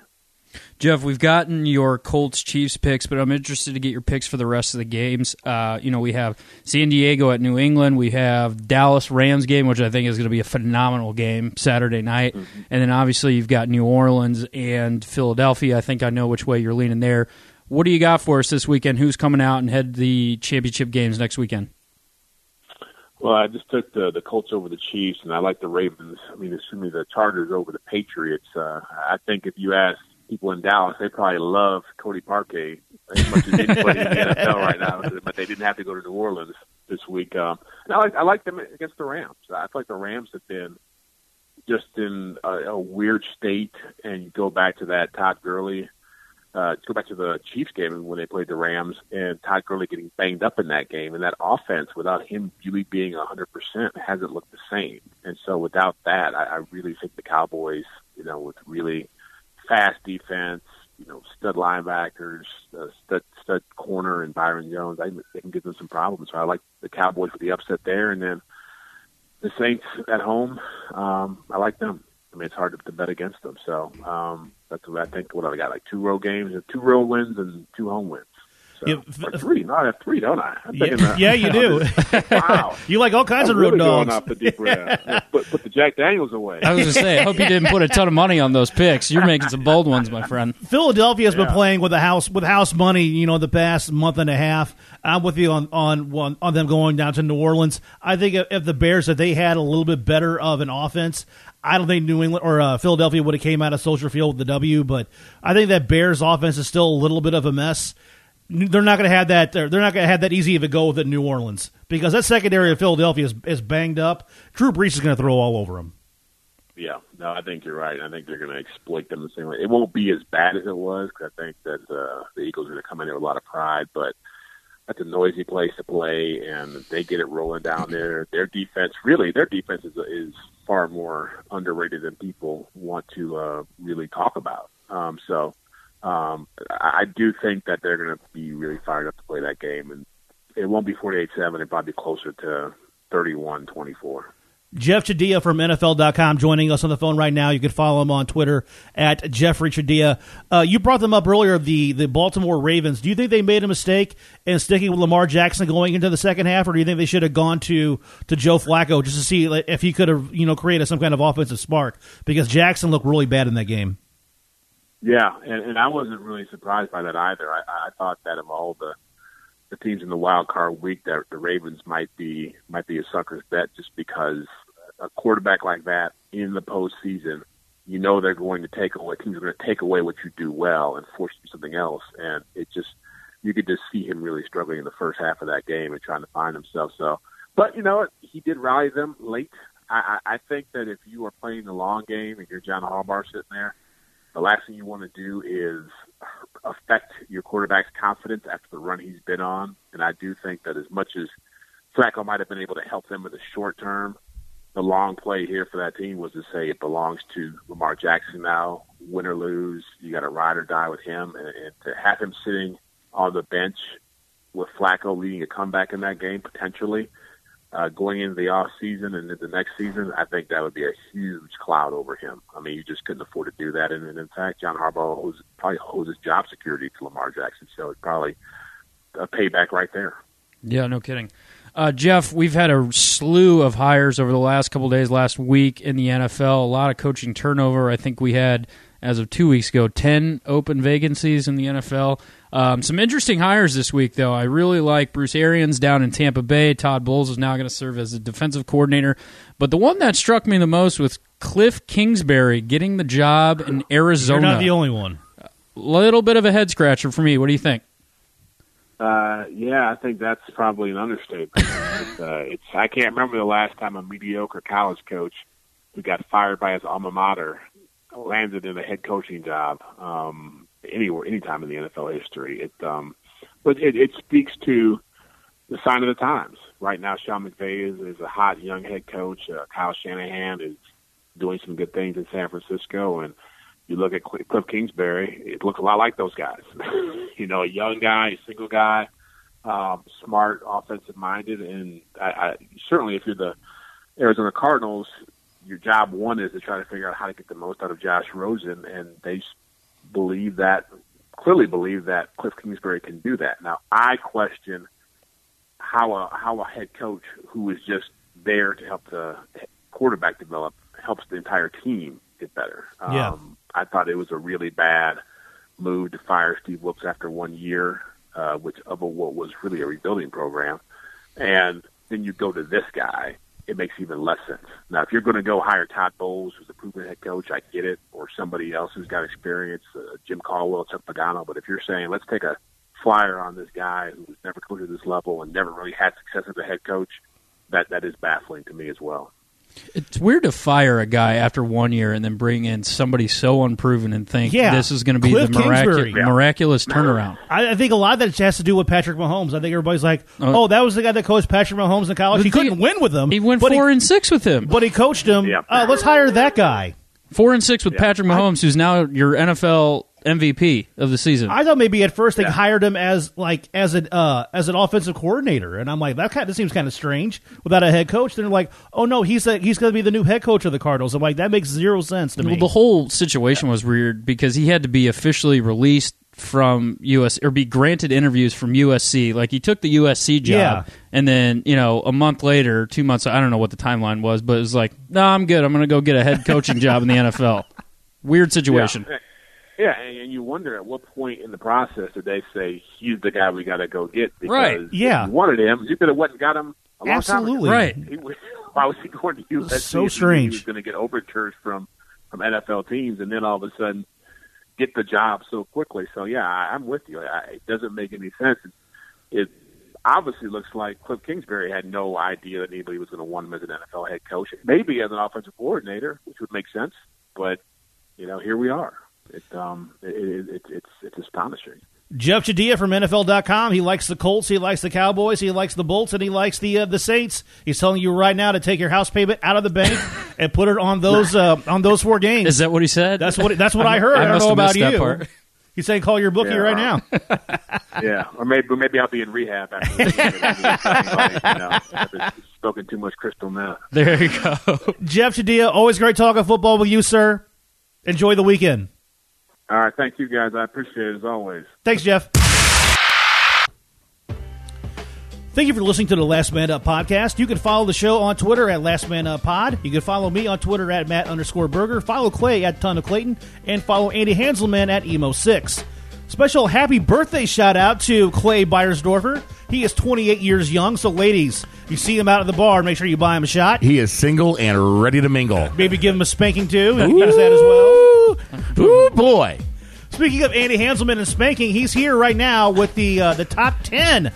[SPEAKER 3] Jeff, we've gotten your Colts Chiefs picks, but I'm interested to get your picks for the rest of the games. Uh, you know, we have San Diego at New England. We have Dallas Rams game, which I think is going to be a phenomenal game Saturday night.
[SPEAKER 6] Mm-hmm.
[SPEAKER 3] And then obviously you've got New Orleans and Philadelphia. I think I know which way you're leaning there. What do you got for us this weekend? Who's coming out and head the championship games next weekend?
[SPEAKER 6] Well, I just took the the Colts over the Chiefs, and I like the Ravens. I mean, assuming the Chargers over the Patriots, uh, I think if you ask people in Dallas, they probably love Cody Parkey as much as anybody in the NFL right now. But they didn't have to go to New Orleans this week. Um, and I like I like them against the Rams. I feel like the Rams have been just in a, a weird state, and you go back to that Todd Gurley uh, go back to the Chiefs game when they played the Rams and Todd Gurley getting banged up in that game, and that offense without him really being 100% hasn't looked the same. And so without that, I, I really think the Cowboys, you know, with really fast defense, you know, stud linebackers, uh, stud stud corner, and Byron Jones, I, think they can give them some problems. So I like the Cowboys for the upset there, and then the Saints at home, um, I like them. I mean, it's hard to, to bet against them. So um, that's what I think. What have I got? Like two road games, two road wins, and two home wins. So,
[SPEAKER 2] Yeah,
[SPEAKER 6] or three. No, I have three, don't I? I'm thinking
[SPEAKER 2] Yeah,
[SPEAKER 6] that-
[SPEAKER 2] yeah, you do.
[SPEAKER 6] Wow.
[SPEAKER 2] You like all kinds
[SPEAKER 6] I'm
[SPEAKER 2] of road
[SPEAKER 6] really going
[SPEAKER 2] dogs.
[SPEAKER 6] off the deep end. Yeah, Put, put the Jack Daniels away.
[SPEAKER 3] I was going to say, I hope you didn't put a ton of money on those picks. You're making some bold ones, my friend.
[SPEAKER 2] Philadelphia has been playing with a house with house money, you know, the past month and a half. I'm with you on on one on them going down to New Orleans. I think if- if the Bears if they had a little bit better of an offense, I don't think New England or uh, Philadelphia would have came out of Soldier Field with the W. But I think that Bears offense is still a little bit of a mess. They're not going to have that. They're they're not going to have that easy of a go with it in New Orleans because that secondary of Philadelphia is, is banged up. Drew Brees is going to throw all over them.
[SPEAKER 6] Yeah, no, I think you're right. I think they're going to exploit them the same way. It won't be as bad as it was 'cause I think that uh, the Eagles are going to come in there with a lot of pride, but that's a noisy place to play, and they get it rolling down there. Their defense, really, their defense is, is far more underrated than people want to uh, really talk about. Um, so um, I I do think that they're going to be really fired up to play that game, and it won't be 48-7. It'll probably be closer to 31-24.
[SPEAKER 2] Jeff Chadia from NFL.com joining us on the phone right now. You can follow him on Twitter at Jeffrey Chadia. Uh, you brought them up earlier, the, the Baltimore Ravens. Do you think they made a mistake in sticking with Lamar Jackson going into the second half, or do you think they should have gone to, to Joe Flacco just to see like, if he could have you know created some kind of offensive spark? Because Jackson looked really bad in that game.
[SPEAKER 6] Yeah, and, and I wasn't really surprised by that either. I, I thought that of all the the teams in the wild card week, that the Ravens might be might be a sucker's bet just because a quarterback like that in the postseason, you know they're going to take away teams are going to take away what you do well and force you something else, and it just you could just see him really struggling in the first half of that game and trying to find himself. So, but you know what, he did rally them late. I, I, I think that if you are playing the long game and you're John Harbaugh sitting there the last thing you want to do is affect your quarterback's confidence after the run he's been on. And I do think that as much as Flacco might have been able to help them in the short term, the long play here for that team was to say it belongs to Lamar Jackson now, win or lose, you got to ride or die with him. And, and to have him sitting on the bench with Flacco leading a comeback in that game potentially – uh, going into the off season and into the next season, I think that would be a huge cloud over him. I mean, you just couldn't afford to do that. And, and in fact, John Harbaugh owes, probably owes his job security to Lamar Jackson, so it's probably a payback right there.
[SPEAKER 3] Yeah, no kidding. Uh, Jeff, we've had a slew of hires over the last couple days, last week in the NFL. A lot of coaching turnover. I think we had, as of two weeks ago, 10 open vacancies in the NFL. Um, some interesting hires this week, though. I really like Bruce Arians down in Tampa Bay. Todd Bowles is now going to serve as a defensive coordinator. But the one that struck me the most was Cliff Kingsbury getting the job in
[SPEAKER 2] You're
[SPEAKER 3] Arizona.
[SPEAKER 2] not the only one.
[SPEAKER 3] little bit of a head scratcher for me. What do you think?
[SPEAKER 6] Uh, yeah, I think that's probably an understatement. it's, uh, it's I can't remember the last time a mediocre college coach who got fired by his alma mater landed in a head coaching job um, anywhere, anytime in the NFL history. It, um, but it, it speaks to the sign of the times. Right now, Sean McVay is, is a hot young head coach. Uh, Kyle Shanahan is doing some good things in San Francisco. And you look at Cl- Cliff Kingsbury, it looks a lot like those guys. you know, a young guy, a single guy, um, smart, offensive minded, and I, I certainly if you're the Arizona Cardinals, your job one is to try to figure out how to get the most out of Josh Rosen, and they s- believe that clearly believe that Cliff Kingsbury can do that. Now I question how a how a head coach who is just there to help the quarterback develop helps the entire team get better.
[SPEAKER 2] Yeah.
[SPEAKER 6] Um, I thought it was a really bad move to fire Steve Wilkes after one year, uh, which of a, what was really a rebuilding program, and then you go to this guy. It makes even less sense. Now, if you're going to go hire Todd Bowles, who's a proven head coach, I get it, or somebody else who's got experience, uh, Jim Caldwell, Chuck Pagano. But if you're saying let's take a flyer on this guy who's never coached at this level and never really had success as a head coach, that that is baffling to me as well.
[SPEAKER 3] It's weird to fire a guy after one year and then bring in somebody so unproven and think
[SPEAKER 2] Yeah.
[SPEAKER 3] this is going to be
[SPEAKER 2] Cliff
[SPEAKER 3] the miracu-
[SPEAKER 2] Kingsbury. Yeah.
[SPEAKER 3] miraculous turnaround.
[SPEAKER 2] I, I think a lot of that has to do with Patrick Mahomes. I think everybody's like,
[SPEAKER 3] Oh.
[SPEAKER 2] "Oh, that was the guy that coached Patrick Mahomes in college. He
[SPEAKER 3] The thing-
[SPEAKER 2] couldn't win with him.
[SPEAKER 3] He went
[SPEAKER 2] but
[SPEAKER 3] four and six with him.
[SPEAKER 2] but he coached him.
[SPEAKER 6] Yeah.
[SPEAKER 2] Uh, let's hire that guy."
[SPEAKER 3] four and six with Patrick Mahomes, who's now your NFL MVP of the season.
[SPEAKER 2] I thought maybe at first they hired him as like as an uh, as an offensive coordinator, and I'm like that kind of seems kind of strange without a head coach. They're like, oh no, he's a, he's going to be the new head coach of the Cardinals. I'm like that makes zero sense to me.
[SPEAKER 3] well, the whole situation was weird because he had to be officially released from US or be granted interviews from USC. Like he took the USC job,
[SPEAKER 2] Yeah.
[SPEAKER 3] and then you know a month later, two months I don't know what the timeline was, but it was like, no, I'm good. I'm going to go get a head coaching job in the NFL. Weird situation.
[SPEAKER 6] Yeah, and, and you wonder at what point in the process did they say he's the guy we got to go get? Because
[SPEAKER 3] Right,
[SPEAKER 6] if
[SPEAKER 2] yeah.
[SPEAKER 6] you wanted him. You could have went and got him. A long
[SPEAKER 2] Absolutely.
[SPEAKER 6] time
[SPEAKER 3] Right.
[SPEAKER 6] ago. He was- Why was he going to USC?
[SPEAKER 2] So
[SPEAKER 6] if he knew
[SPEAKER 2] strange.
[SPEAKER 6] He was going to get overtures from from NFL teams, and then all of a sudden get the job so quickly. So yeah, I, I'm with you. I, it doesn't make any sense. It obviously looks like Cliff Kingsbury had no idea that anybody was going to want him as an NFL head coach, maybe as an offensive coordinator, which would make sense. But you know, here we are. It, um, it, it, it, it's it's astonishing.
[SPEAKER 2] Jeff Chadia from NFL.com. He likes the Colts, he likes the Cowboys, he likes the Bolts, and he likes the uh, the Saints. He's telling you right now to take your house payment out of the bank and put it on those uh, on those four games.
[SPEAKER 3] Is that what he said?
[SPEAKER 2] that's what that's what I heard. I,
[SPEAKER 3] I
[SPEAKER 2] don't
[SPEAKER 3] must
[SPEAKER 2] know
[SPEAKER 3] have
[SPEAKER 2] about
[SPEAKER 3] missed that
[SPEAKER 2] you.
[SPEAKER 3] part.
[SPEAKER 2] He's saying call your bookie
[SPEAKER 6] Yeah.
[SPEAKER 2] right now.
[SPEAKER 6] Yeah, or maybe maybe I'll be in rehab after. This. you know, I've spoken too much crystal meth.
[SPEAKER 3] There you go.
[SPEAKER 2] Jeff Chadia, always great talking football with you, sir. Enjoy the weekend.
[SPEAKER 6] All right, thank you guys. I appreciate it as always.
[SPEAKER 2] Thanks, Jeff. Thank you for listening to the Last Man Up podcast. You can follow the show on Twitter at Last Man Up Pod. You can follow me on Twitter at Matt underscore Burger. Follow Clay at Ton of Clayton, and follow Andy Hanselman at Emo Six. Special happy birthday shout out to Clay Byersdorfer. He is 28 years young, so ladies, you see him out at the bar, make sure you buy him a shot.
[SPEAKER 1] He is single and ready to mingle.
[SPEAKER 2] Maybe give him a spanking too. and Use that as well.
[SPEAKER 1] Ooh boy.
[SPEAKER 2] Speaking of Andy Hanselman and spanking, he's here right now with the uh, the top ten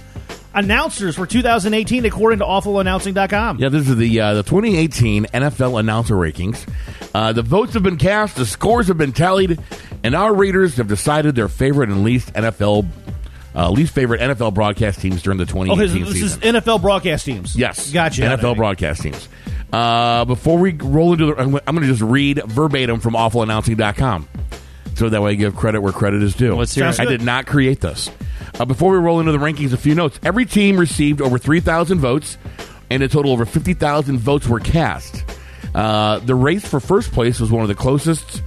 [SPEAKER 2] announcers for 2018 according to awfulannouncing.com.
[SPEAKER 1] Yeah, this is the uh, the 2018 NFL announcer rankings. Uh, the votes have been cast, the scores have been tallied, and our readers have decided their favorite and least NFL uh, least favorite NFL broadcast teams during the 2018
[SPEAKER 2] Oh, his,
[SPEAKER 1] season.
[SPEAKER 2] this is NFL broadcast teams.
[SPEAKER 1] Yes.
[SPEAKER 2] gotcha.
[SPEAKER 1] NFL broadcast teams. Uh, before we roll into the, I'm going to just read verbatim from awfulannouncing.com. So that way I give credit where credit is due.
[SPEAKER 3] Let's hear
[SPEAKER 2] Sounds it.
[SPEAKER 1] I
[SPEAKER 2] good.
[SPEAKER 1] did not create this. Uh, before we roll into the rankings, a few notes. Every team received over 3,000 votes, and a total over 50,000 votes were cast. Uh, the race for first place was one of the closest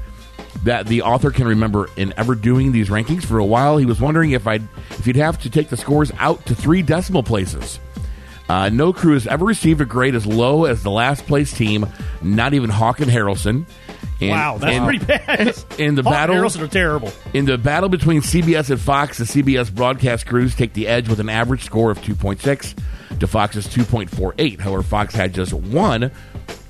[SPEAKER 1] that the author can remember in ever doing these rankings. For a while, he was wondering if I'd if you'd have to take the scores out to three decimal places. Uh, no crew has ever received a grade as low as the last place team, not even Hawk and Harrelson. And-
[SPEAKER 2] Wow, that's
[SPEAKER 1] and-
[SPEAKER 2] pretty bad.
[SPEAKER 1] In the
[SPEAKER 2] Hawk
[SPEAKER 1] battle,
[SPEAKER 2] and Harrelson are terrible.
[SPEAKER 1] in the battle between CBS and Fox, the CBS broadcast crews take the edge with an average score of 2.6 to Fox's 2.48. However, Fox had just one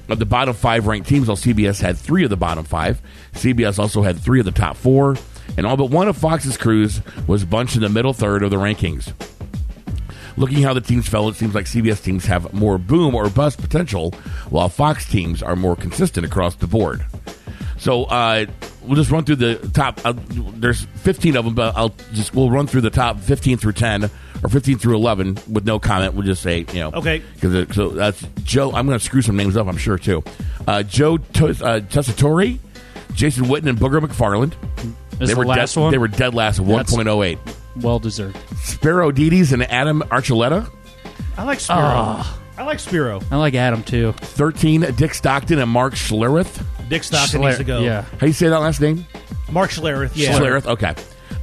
[SPEAKER 1] of the bottom five ranked teams, while CBS had three of the bottom five. CBS also had three of the top four, and all but one of Fox's crews was bunched in the middle third of the rankings. Looking how the teams fell, it seems like CBS teams have more boom or bust potential, while Fox teams are more consistent across the board. So uh, we'll just run through the top. Uh, there's 15 of them, but I'll just we'll run through the top 15 through 10 or 15 through 11 with no comment. We'll just say, you know.
[SPEAKER 2] Okay.
[SPEAKER 1] 'cause it- so that's Joe. I'm going to screw some names up, I'm sure, too. Uh, Joe to- uh, Tessitore, Jason Witten, and Booger McFarland.
[SPEAKER 3] Is
[SPEAKER 1] they
[SPEAKER 3] the
[SPEAKER 1] were
[SPEAKER 3] last
[SPEAKER 1] dead,
[SPEAKER 3] one?
[SPEAKER 1] They were dead last oh at
[SPEAKER 3] That's-
[SPEAKER 1] 1.08.
[SPEAKER 3] Well deserved.
[SPEAKER 1] Sparrow Dedes and Adam Archuleta.
[SPEAKER 2] I like Spiro.
[SPEAKER 1] Ah.
[SPEAKER 2] I like Spiro.
[SPEAKER 3] I like Adam too.
[SPEAKER 1] 13, Dick Stockton and Mark Schlereth.
[SPEAKER 2] Dick Stockton needs to go.
[SPEAKER 3] Yeah.
[SPEAKER 1] How you say that last name?
[SPEAKER 2] Mark Schlereth. Yeah.
[SPEAKER 1] Schlereth. Okay.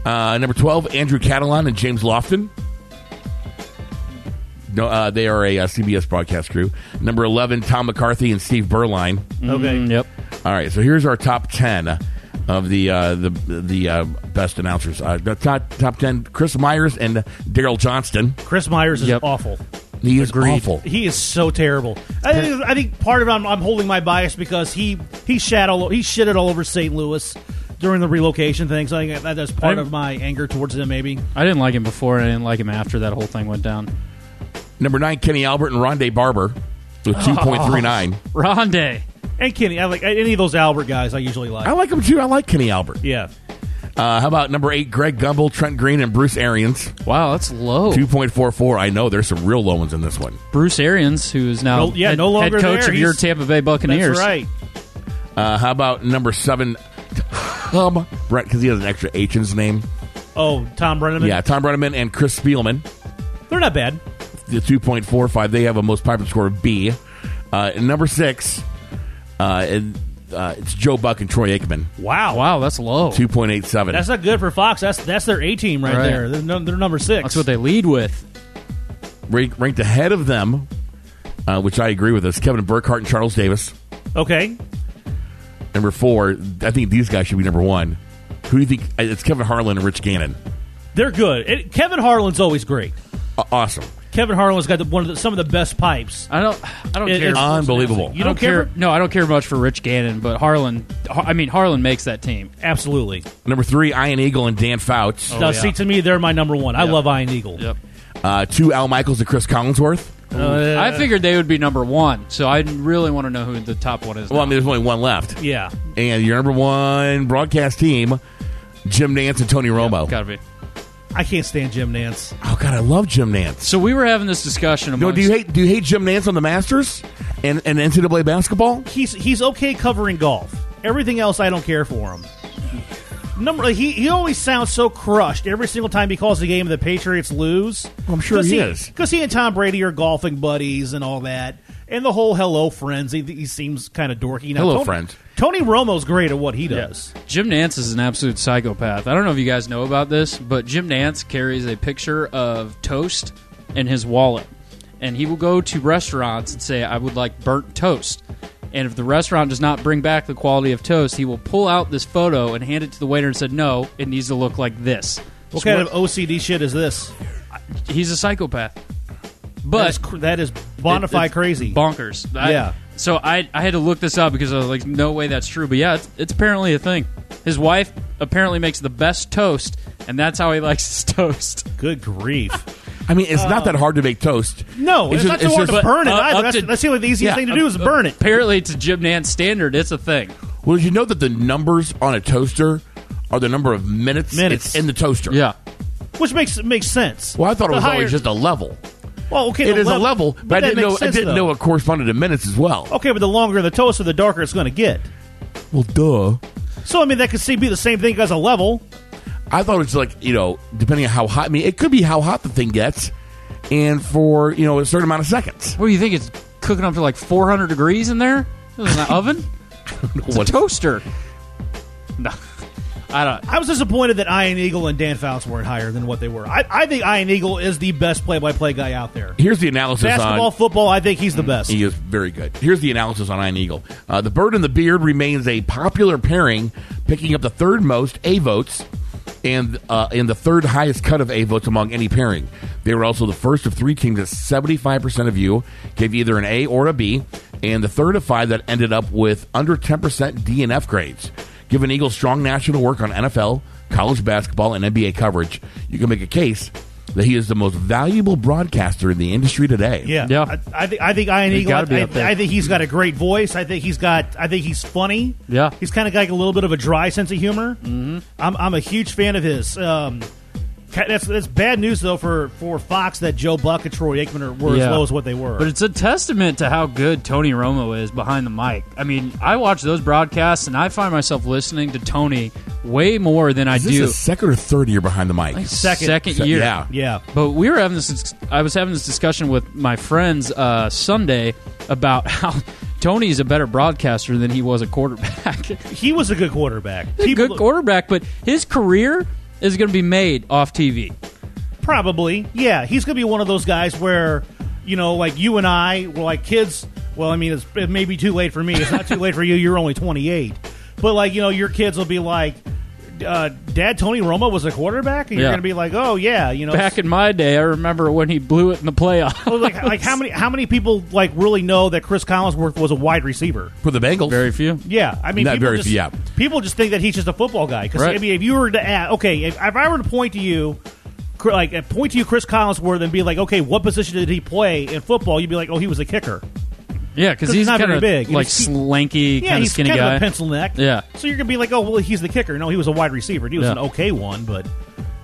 [SPEAKER 1] Uh, number 12, Andrew Catalan and James Lofton. No, uh, they are a uh, CBS broadcast crew. Number 11, Tom McCarthy and Steve Berline.
[SPEAKER 2] Okay.
[SPEAKER 3] Mm, yep.
[SPEAKER 1] All right, so here's our top 10 of the uh, the the uh, best announcers. Uh, the top, top 10, Chris Myers and Daryl Johnston.
[SPEAKER 2] Chris Myers is
[SPEAKER 3] Yep.
[SPEAKER 2] awful.
[SPEAKER 1] He is awful.
[SPEAKER 2] He is so terrible. I think, I think part of it, I'm, I'm holding my bias because he he shat all he shitted all over St. Louis during the relocation thing. So I think that- that's part
[SPEAKER 3] I'm-
[SPEAKER 2] of my anger towards him. Maybe
[SPEAKER 3] I didn't like him before, and I didn't like him after that whole thing went down.
[SPEAKER 1] Number 9, Kenny Albert and Rondé Barber with 2.39.
[SPEAKER 3] Rondé.
[SPEAKER 2] and Kenny. I like any of those Albert guys. I usually like.
[SPEAKER 3] Oh.
[SPEAKER 1] I like him too. I like Kenny Albert.
[SPEAKER 2] yeah.
[SPEAKER 1] Uh, how about number eight, Greg Gumbel, Trent Green, and Bruce Arians?
[SPEAKER 3] Wow, that's low.
[SPEAKER 1] 2.44. I know there's some real low ones in this one.
[SPEAKER 3] Bruce Arians, who is now
[SPEAKER 2] No- yeah,
[SPEAKER 3] head,
[SPEAKER 2] no longer
[SPEAKER 3] head coach
[SPEAKER 2] there.
[SPEAKER 3] of your
[SPEAKER 2] He's-
[SPEAKER 3] Tampa Bay Buccaneers.
[SPEAKER 2] That's right.
[SPEAKER 1] Uh, how about number seven, Tom Brett, because he has an extra H in his name.
[SPEAKER 2] Oh, Tom Brenneman.
[SPEAKER 1] Yeah, Tom Brenneman and Chris Spielman,
[SPEAKER 2] They're not bad.
[SPEAKER 1] the 2.45. They have a most popular score of B. Uh, and number six, uh, and, uh, it's Joe Buck and Troy Aikman,
[SPEAKER 2] Wow.
[SPEAKER 3] Wow, that's low.
[SPEAKER 1] 2.87.
[SPEAKER 2] That's not good for Fox. That's that's their A team right,
[SPEAKER 3] Right.
[SPEAKER 2] there. They're, num- they're number six.
[SPEAKER 3] That's what they lead with.
[SPEAKER 1] Rank- ranked ahead of them, uh, which I agree with us, Kevin Burkhardt and Charles Davis.
[SPEAKER 2] okay.
[SPEAKER 1] Number four, I think these guys should be number one. Who do you think? uh, It's Kevin Harlan and Rich Gannon.
[SPEAKER 2] They're good. It, Kevin Harlan's always great.
[SPEAKER 1] Aw- Uh, awesome.
[SPEAKER 2] Kevin Harlan's got the, one of the, some of the best pipes.
[SPEAKER 3] I don't. I don't
[SPEAKER 2] It-
[SPEAKER 3] care.
[SPEAKER 2] it's-
[SPEAKER 3] I
[SPEAKER 1] Unbelievable.
[SPEAKER 2] You
[SPEAKER 3] don't
[SPEAKER 2] don't care?
[SPEAKER 3] care. No, I don't care much for Rich Gannon, but Harlan. Har- I mean, Harlan makes that team.
[SPEAKER 2] Absolutely.
[SPEAKER 1] Number three, Ian Eagle and Dan Fouts.
[SPEAKER 2] now,
[SPEAKER 3] Oh, yeah.
[SPEAKER 2] see, to me, they're my number one. I
[SPEAKER 3] Yep.
[SPEAKER 2] love Iron Eagle.
[SPEAKER 3] Yep.
[SPEAKER 1] Uh, two, Al Michaels and Chris Collinsworth.
[SPEAKER 2] Uh,
[SPEAKER 3] I figured they would be number one, so I really want to know who the top one is.
[SPEAKER 1] Well, I
[SPEAKER 3] now.
[SPEAKER 1] mean, there's only one left.
[SPEAKER 2] yeah.
[SPEAKER 1] And your number one broadcast team, Jim Nance and Tony Romo.
[SPEAKER 3] gotta be.
[SPEAKER 2] I can't stand Jim Nance.
[SPEAKER 1] Oh God, I love Jim Nance.
[SPEAKER 3] So we were having this discussion.
[SPEAKER 1] No,
[SPEAKER 3] Amongst,
[SPEAKER 1] do you hate do you hate Jim Nance on the Masters and, and NCAA basketball?
[SPEAKER 2] He's he's okay covering golf. Everything else, I don't care for him. Number he, he always sounds so crushed every single time he calls the game and the Patriots lose.
[SPEAKER 1] I'm sure
[SPEAKER 2] Cause
[SPEAKER 1] he is.
[SPEAKER 2] because he and Tom Brady are golfing buddies and all that, and the whole hello friends. He, he seems kind of dorky. Now,
[SPEAKER 1] Hello,
[SPEAKER 2] Tony,
[SPEAKER 1] friends.
[SPEAKER 2] Tony Romo's great at what he does.
[SPEAKER 3] Jim Nance is an absolute psychopath. I don't know if you guys know about this, but Jim Nance carries a picture of toast in his wallet. And he will go to restaurants and say, I would like burnt toast. And if the restaurant does not bring back the quality of toast, he will pull out this photo and hand it to the waiter and said, No, it needs to look like this.
[SPEAKER 2] What
[SPEAKER 3] So
[SPEAKER 2] kind of OCD shit is this?
[SPEAKER 3] he's a psychopath.
[SPEAKER 2] That
[SPEAKER 3] But
[SPEAKER 2] is, cr- that is
[SPEAKER 3] it-
[SPEAKER 2] bonafide
[SPEAKER 3] it's
[SPEAKER 2] crazy.
[SPEAKER 3] Bonkers. I-
[SPEAKER 2] Yeah.
[SPEAKER 3] So I, I had to look this up because I was like, no way that's true. But yeah, it's, it's apparently a thing. His wife apparently makes the best toast, and that's how he likes his toast.
[SPEAKER 2] Good grief.
[SPEAKER 1] I mean, it's not that hard to make toast.
[SPEAKER 2] Uh, No, it's,
[SPEAKER 1] just-
[SPEAKER 2] not so hard to
[SPEAKER 1] just-
[SPEAKER 2] burn it
[SPEAKER 3] uh,
[SPEAKER 2] either.
[SPEAKER 3] up
[SPEAKER 2] That's,
[SPEAKER 3] to-
[SPEAKER 2] that's the only the easiest
[SPEAKER 1] yeah, uh,
[SPEAKER 2] thing to do is burn it.
[SPEAKER 3] Apparently, to Jim Nance standard, it's a thing.
[SPEAKER 1] Well, did you know that the numbers on a toaster are the number of minutes,
[SPEAKER 2] Minutes.
[SPEAKER 1] it's in the toaster?
[SPEAKER 2] Which makes makes sense.
[SPEAKER 1] uh, Well, I thought it
[SPEAKER 2] The
[SPEAKER 1] was
[SPEAKER 2] higher-
[SPEAKER 1] always just a level.
[SPEAKER 2] Well, okay,
[SPEAKER 1] It
[SPEAKER 2] the
[SPEAKER 1] is a level, but, I
[SPEAKER 2] that
[SPEAKER 1] didn't
[SPEAKER 2] makes
[SPEAKER 1] know.
[SPEAKER 2] sense,
[SPEAKER 1] I didn't
[SPEAKER 2] though. Oh,
[SPEAKER 1] know it corresponded to minutes as well.
[SPEAKER 2] Okay, but the longer the toaster, the darker it's going to get.
[SPEAKER 1] Well, duh.
[SPEAKER 2] So I mean, that could see be the same thing as a level.
[SPEAKER 1] I thought it was like you know, depending on how hot. I mean, it could be how hot the thing gets, and for you know a certain amount of seconds.
[SPEAKER 3] What do you think? It's cooking up to like 400 degrees in there? It was in an oven? It's a
[SPEAKER 1] What-
[SPEAKER 3] toaster. No. I don't.
[SPEAKER 2] I was disappointed that Ian Eagle and Dan Fouts weren't higher than what they were. I, I think Ian Eagle is the best play-by-play guy out there.
[SPEAKER 1] Here's the analysis
[SPEAKER 2] Basketball,
[SPEAKER 1] on.
[SPEAKER 2] football, I think he's the best.
[SPEAKER 1] He is very good. Here's the analysis on Iron Eagle. Uh, the bird and the beard remains a popular pairing, picking up the third most A votes and uh, and the third highest cut of A votes among any pairing. They were also the first of three teams that 75% of you gave either an A or a B, and the third of five that ended up with under 10% D and F grades. Given Eagles' strong national work on NFL, college basketball, and NBA coverage, you can make a case that he is the most valuable broadcaster in the industry today.
[SPEAKER 2] Yeah,
[SPEAKER 3] Yeah.
[SPEAKER 2] I, I think I think Ian
[SPEAKER 3] He's
[SPEAKER 2] Eagle. I,
[SPEAKER 3] gotta be up there.
[SPEAKER 2] I think he's got a great voice. I think he's got. I think he's funny.
[SPEAKER 3] Yeah.
[SPEAKER 2] he's kind of like a little bit of a dry sense of humor. Mm-hmm. I'm I'm a huge fan of his. Um, ca- that's that's bad news though for for Fox that Joe Buck and Troy Aikman are, were
[SPEAKER 3] Yeah.
[SPEAKER 2] as low as what they were.
[SPEAKER 3] But it's a testament to how good Tony Romo is behind the mic. I mean, I watch those broadcasts and I find myself listening to Tony way more than I
[SPEAKER 1] Is this
[SPEAKER 3] do
[SPEAKER 1] the second or third year behind the mic?
[SPEAKER 2] second-
[SPEAKER 1] Se-
[SPEAKER 3] year.
[SPEAKER 1] Yeah.
[SPEAKER 2] yeah,
[SPEAKER 3] But we were having this. I was having this discussion with my friends uh, Sunday about how Tony's a better broadcaster than he was a quarterback. He's
[SPEAKER 2] he was a good quarterback.
[SPEAKER 3] a good quarterback, but his career is going to be made off TV.
[SPEAKER 2] Probably. Yeah, he's going to be one of those guys where, you know, like you and I were like kids. Well, I mean, it's, it may be too late for me. It's not too late for you. You're only 28. But, like, you know, your kids will be like, uh, Dad, Tony Romo was a quarterback? And you're
[SPEAKER 3] Yeah.
[SPEAKER 2] going to be like, oh, yeah, you know.
[SPEAKER 3] Back in my day, I remember when he blew it in the playoffs.
[SPEAKER 2] Well, like, like how many how many people like really know that Chris Collinsworth was a wide receiver?
[SPEAKER 1] For the Bengals.
[SPEAKER 3] Very few.
[SPEAKER 2] Yeah, I mean,
[SPEAKER 1] Not
[SPEAKER 2] people
[SPEAKER 1] very-
[SPEAKER 2] just,
[SPEAKER 1] yeah.
[SPEAKER 2] people just think that he's just a football guy. Because
[SPEAKER 3] Right.
[SPEAKER 2] I mean, if you were to ask, okay, if, if I were to point to you, cr- like uh, point to you, Chris Collinsworth, and be like, okay, what position did he play in football? You'd be like, oh, he was a kicker.
[SPEAKER 3] Yeah, because
[SPEAKER 2] 'Cause
[SPEAKER 3] he's
[SPEAKER 2] he's not
[SPEAKER 3] kind
[SPEAKER 2] very
[SPEAKER 3] of
[SPEAKER 2] big.
[SPEAKER 3] like
[SPEAKER 2] He's-
[SPEAKER 3] slanky,
[SPEAKER 2] Yeah,
[SPEAKER 3] kind of
[SPEAKER 2] he's
[SPEAKER 3] skinny
[SPEAKER 2] kind
[SPEAKER 3] guy.
[SPEAKER 2] of a pencil neck.
[SPEAKER 3] Yeah.
[SPEAKER 2] so you're gonna be like, oh, well, he's the kicker. No, he was a wide receiver. He was
[SPEAKER 3] Yeah.
[SPEAKER 2] an okay one, but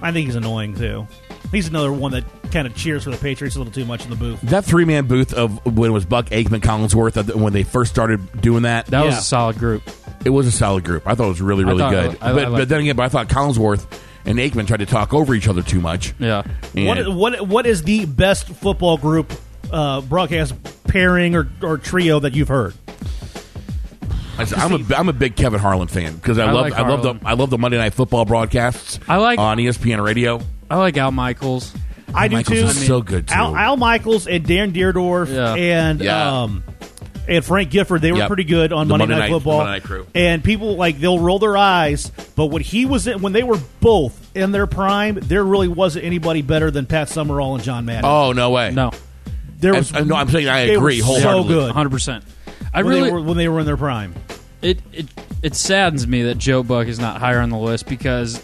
[SPEAKER 2] I think he's annoying too. He's another one that kind of cheers for the Patriots a little too much in the booth.
[SPEAKER 1] That three man booth of when it was Buck Aikman Collinsworth of the- when they first started doing that,
[SPEAKER 3] that was
[SPEAKER 2] Yeah.
[SPEAKER 3] a solid group.
[SPEAKER 1] it was a solid group. I thought it was really,
[SPEAKER 3] I
[SPEAKER 1] really
[SPEAKER 3] thought-
[SPEAKER 1] good.
[SPEAKER 3] I- I
[SPEAKER 1] but,
[SPEAKER 3] liked
[SPEAKER 1] but then again, but I thought Collinsworth and Aikman tried to talk over each other too much.
[SPEAKER 3] Yeah.
[SPEAKER 1] And
[SPEAKER 2] What, what what is the best football group uh, broadcast pairing or, or trio that you've heard?
[SPEAKER 1] I said, I'm a I'm a big Kevin Harlan fan because I,
[SPEAKER 3] I
[SPEAKER 1] love
[SPEAKER 3] like
[SPEAKER 1] I love the
[SPEAKER 3] Harlan.
[SPEAKER 1] I love the Monday Night Football broadcasts.
[SPEAKER 3] I like-
[SPEAKER 1] on E ESPN Radio.
[SPEAKER 3] I like Al Michaels.
[SPEAKER 2] I do
[SPEAKER 1] Michaels
[SPEAKER 2] too.
[SPEAKER 1] is so good too.
[SPEAKER 2] Al, Al Michaels and Darren Deerdorf
[SPEAKER 3] Yeah.
[SPEAKER 2] and
[SPEAKER 1] Yeah.
[SPEAKER 2] um and Frank Gifford, they were
[SPEAKER 1] Yep.
[SPEAKER 2] pretty good on
[SPEAKER 1] The
[SPEAKER 2] Monday,
[SPEAKER 1] Monday
[SPEAKER 2] Night
[SPEAKER 1] Night-
[SPEAKER 2] Football.
[SPEAKER 1] Monday Night Crew.
[SPEAKER 2] And people like they'll roll their eyes, but when he was in, when they were both in their prime, there really wasn't anybody better than Pat Summerall and John Madden.
[SPEAKER 1] oh no way!
[SPEAKER 3] No,
[SPEAKER 2] there
[SPEAKER 1] I-
[SPEAKER 2] was
[SPEAKER 1] I- no, I'm saying I
[SPEAKER 2] they were
[SPEAKER 1] agree
[SPEAKER 2] so
[SPEAKER 1] wholeheartedly.
[SPEAKER 2] good.
[SPEAKER 3] 100%. I
[SPEAKER 2] When,
[SPEAKER 3] really
[SPEAKER 2] they were, when they were in their prime,
[SPEAKER 3] it, it it saddens me that Joe Buck is not higher on the list because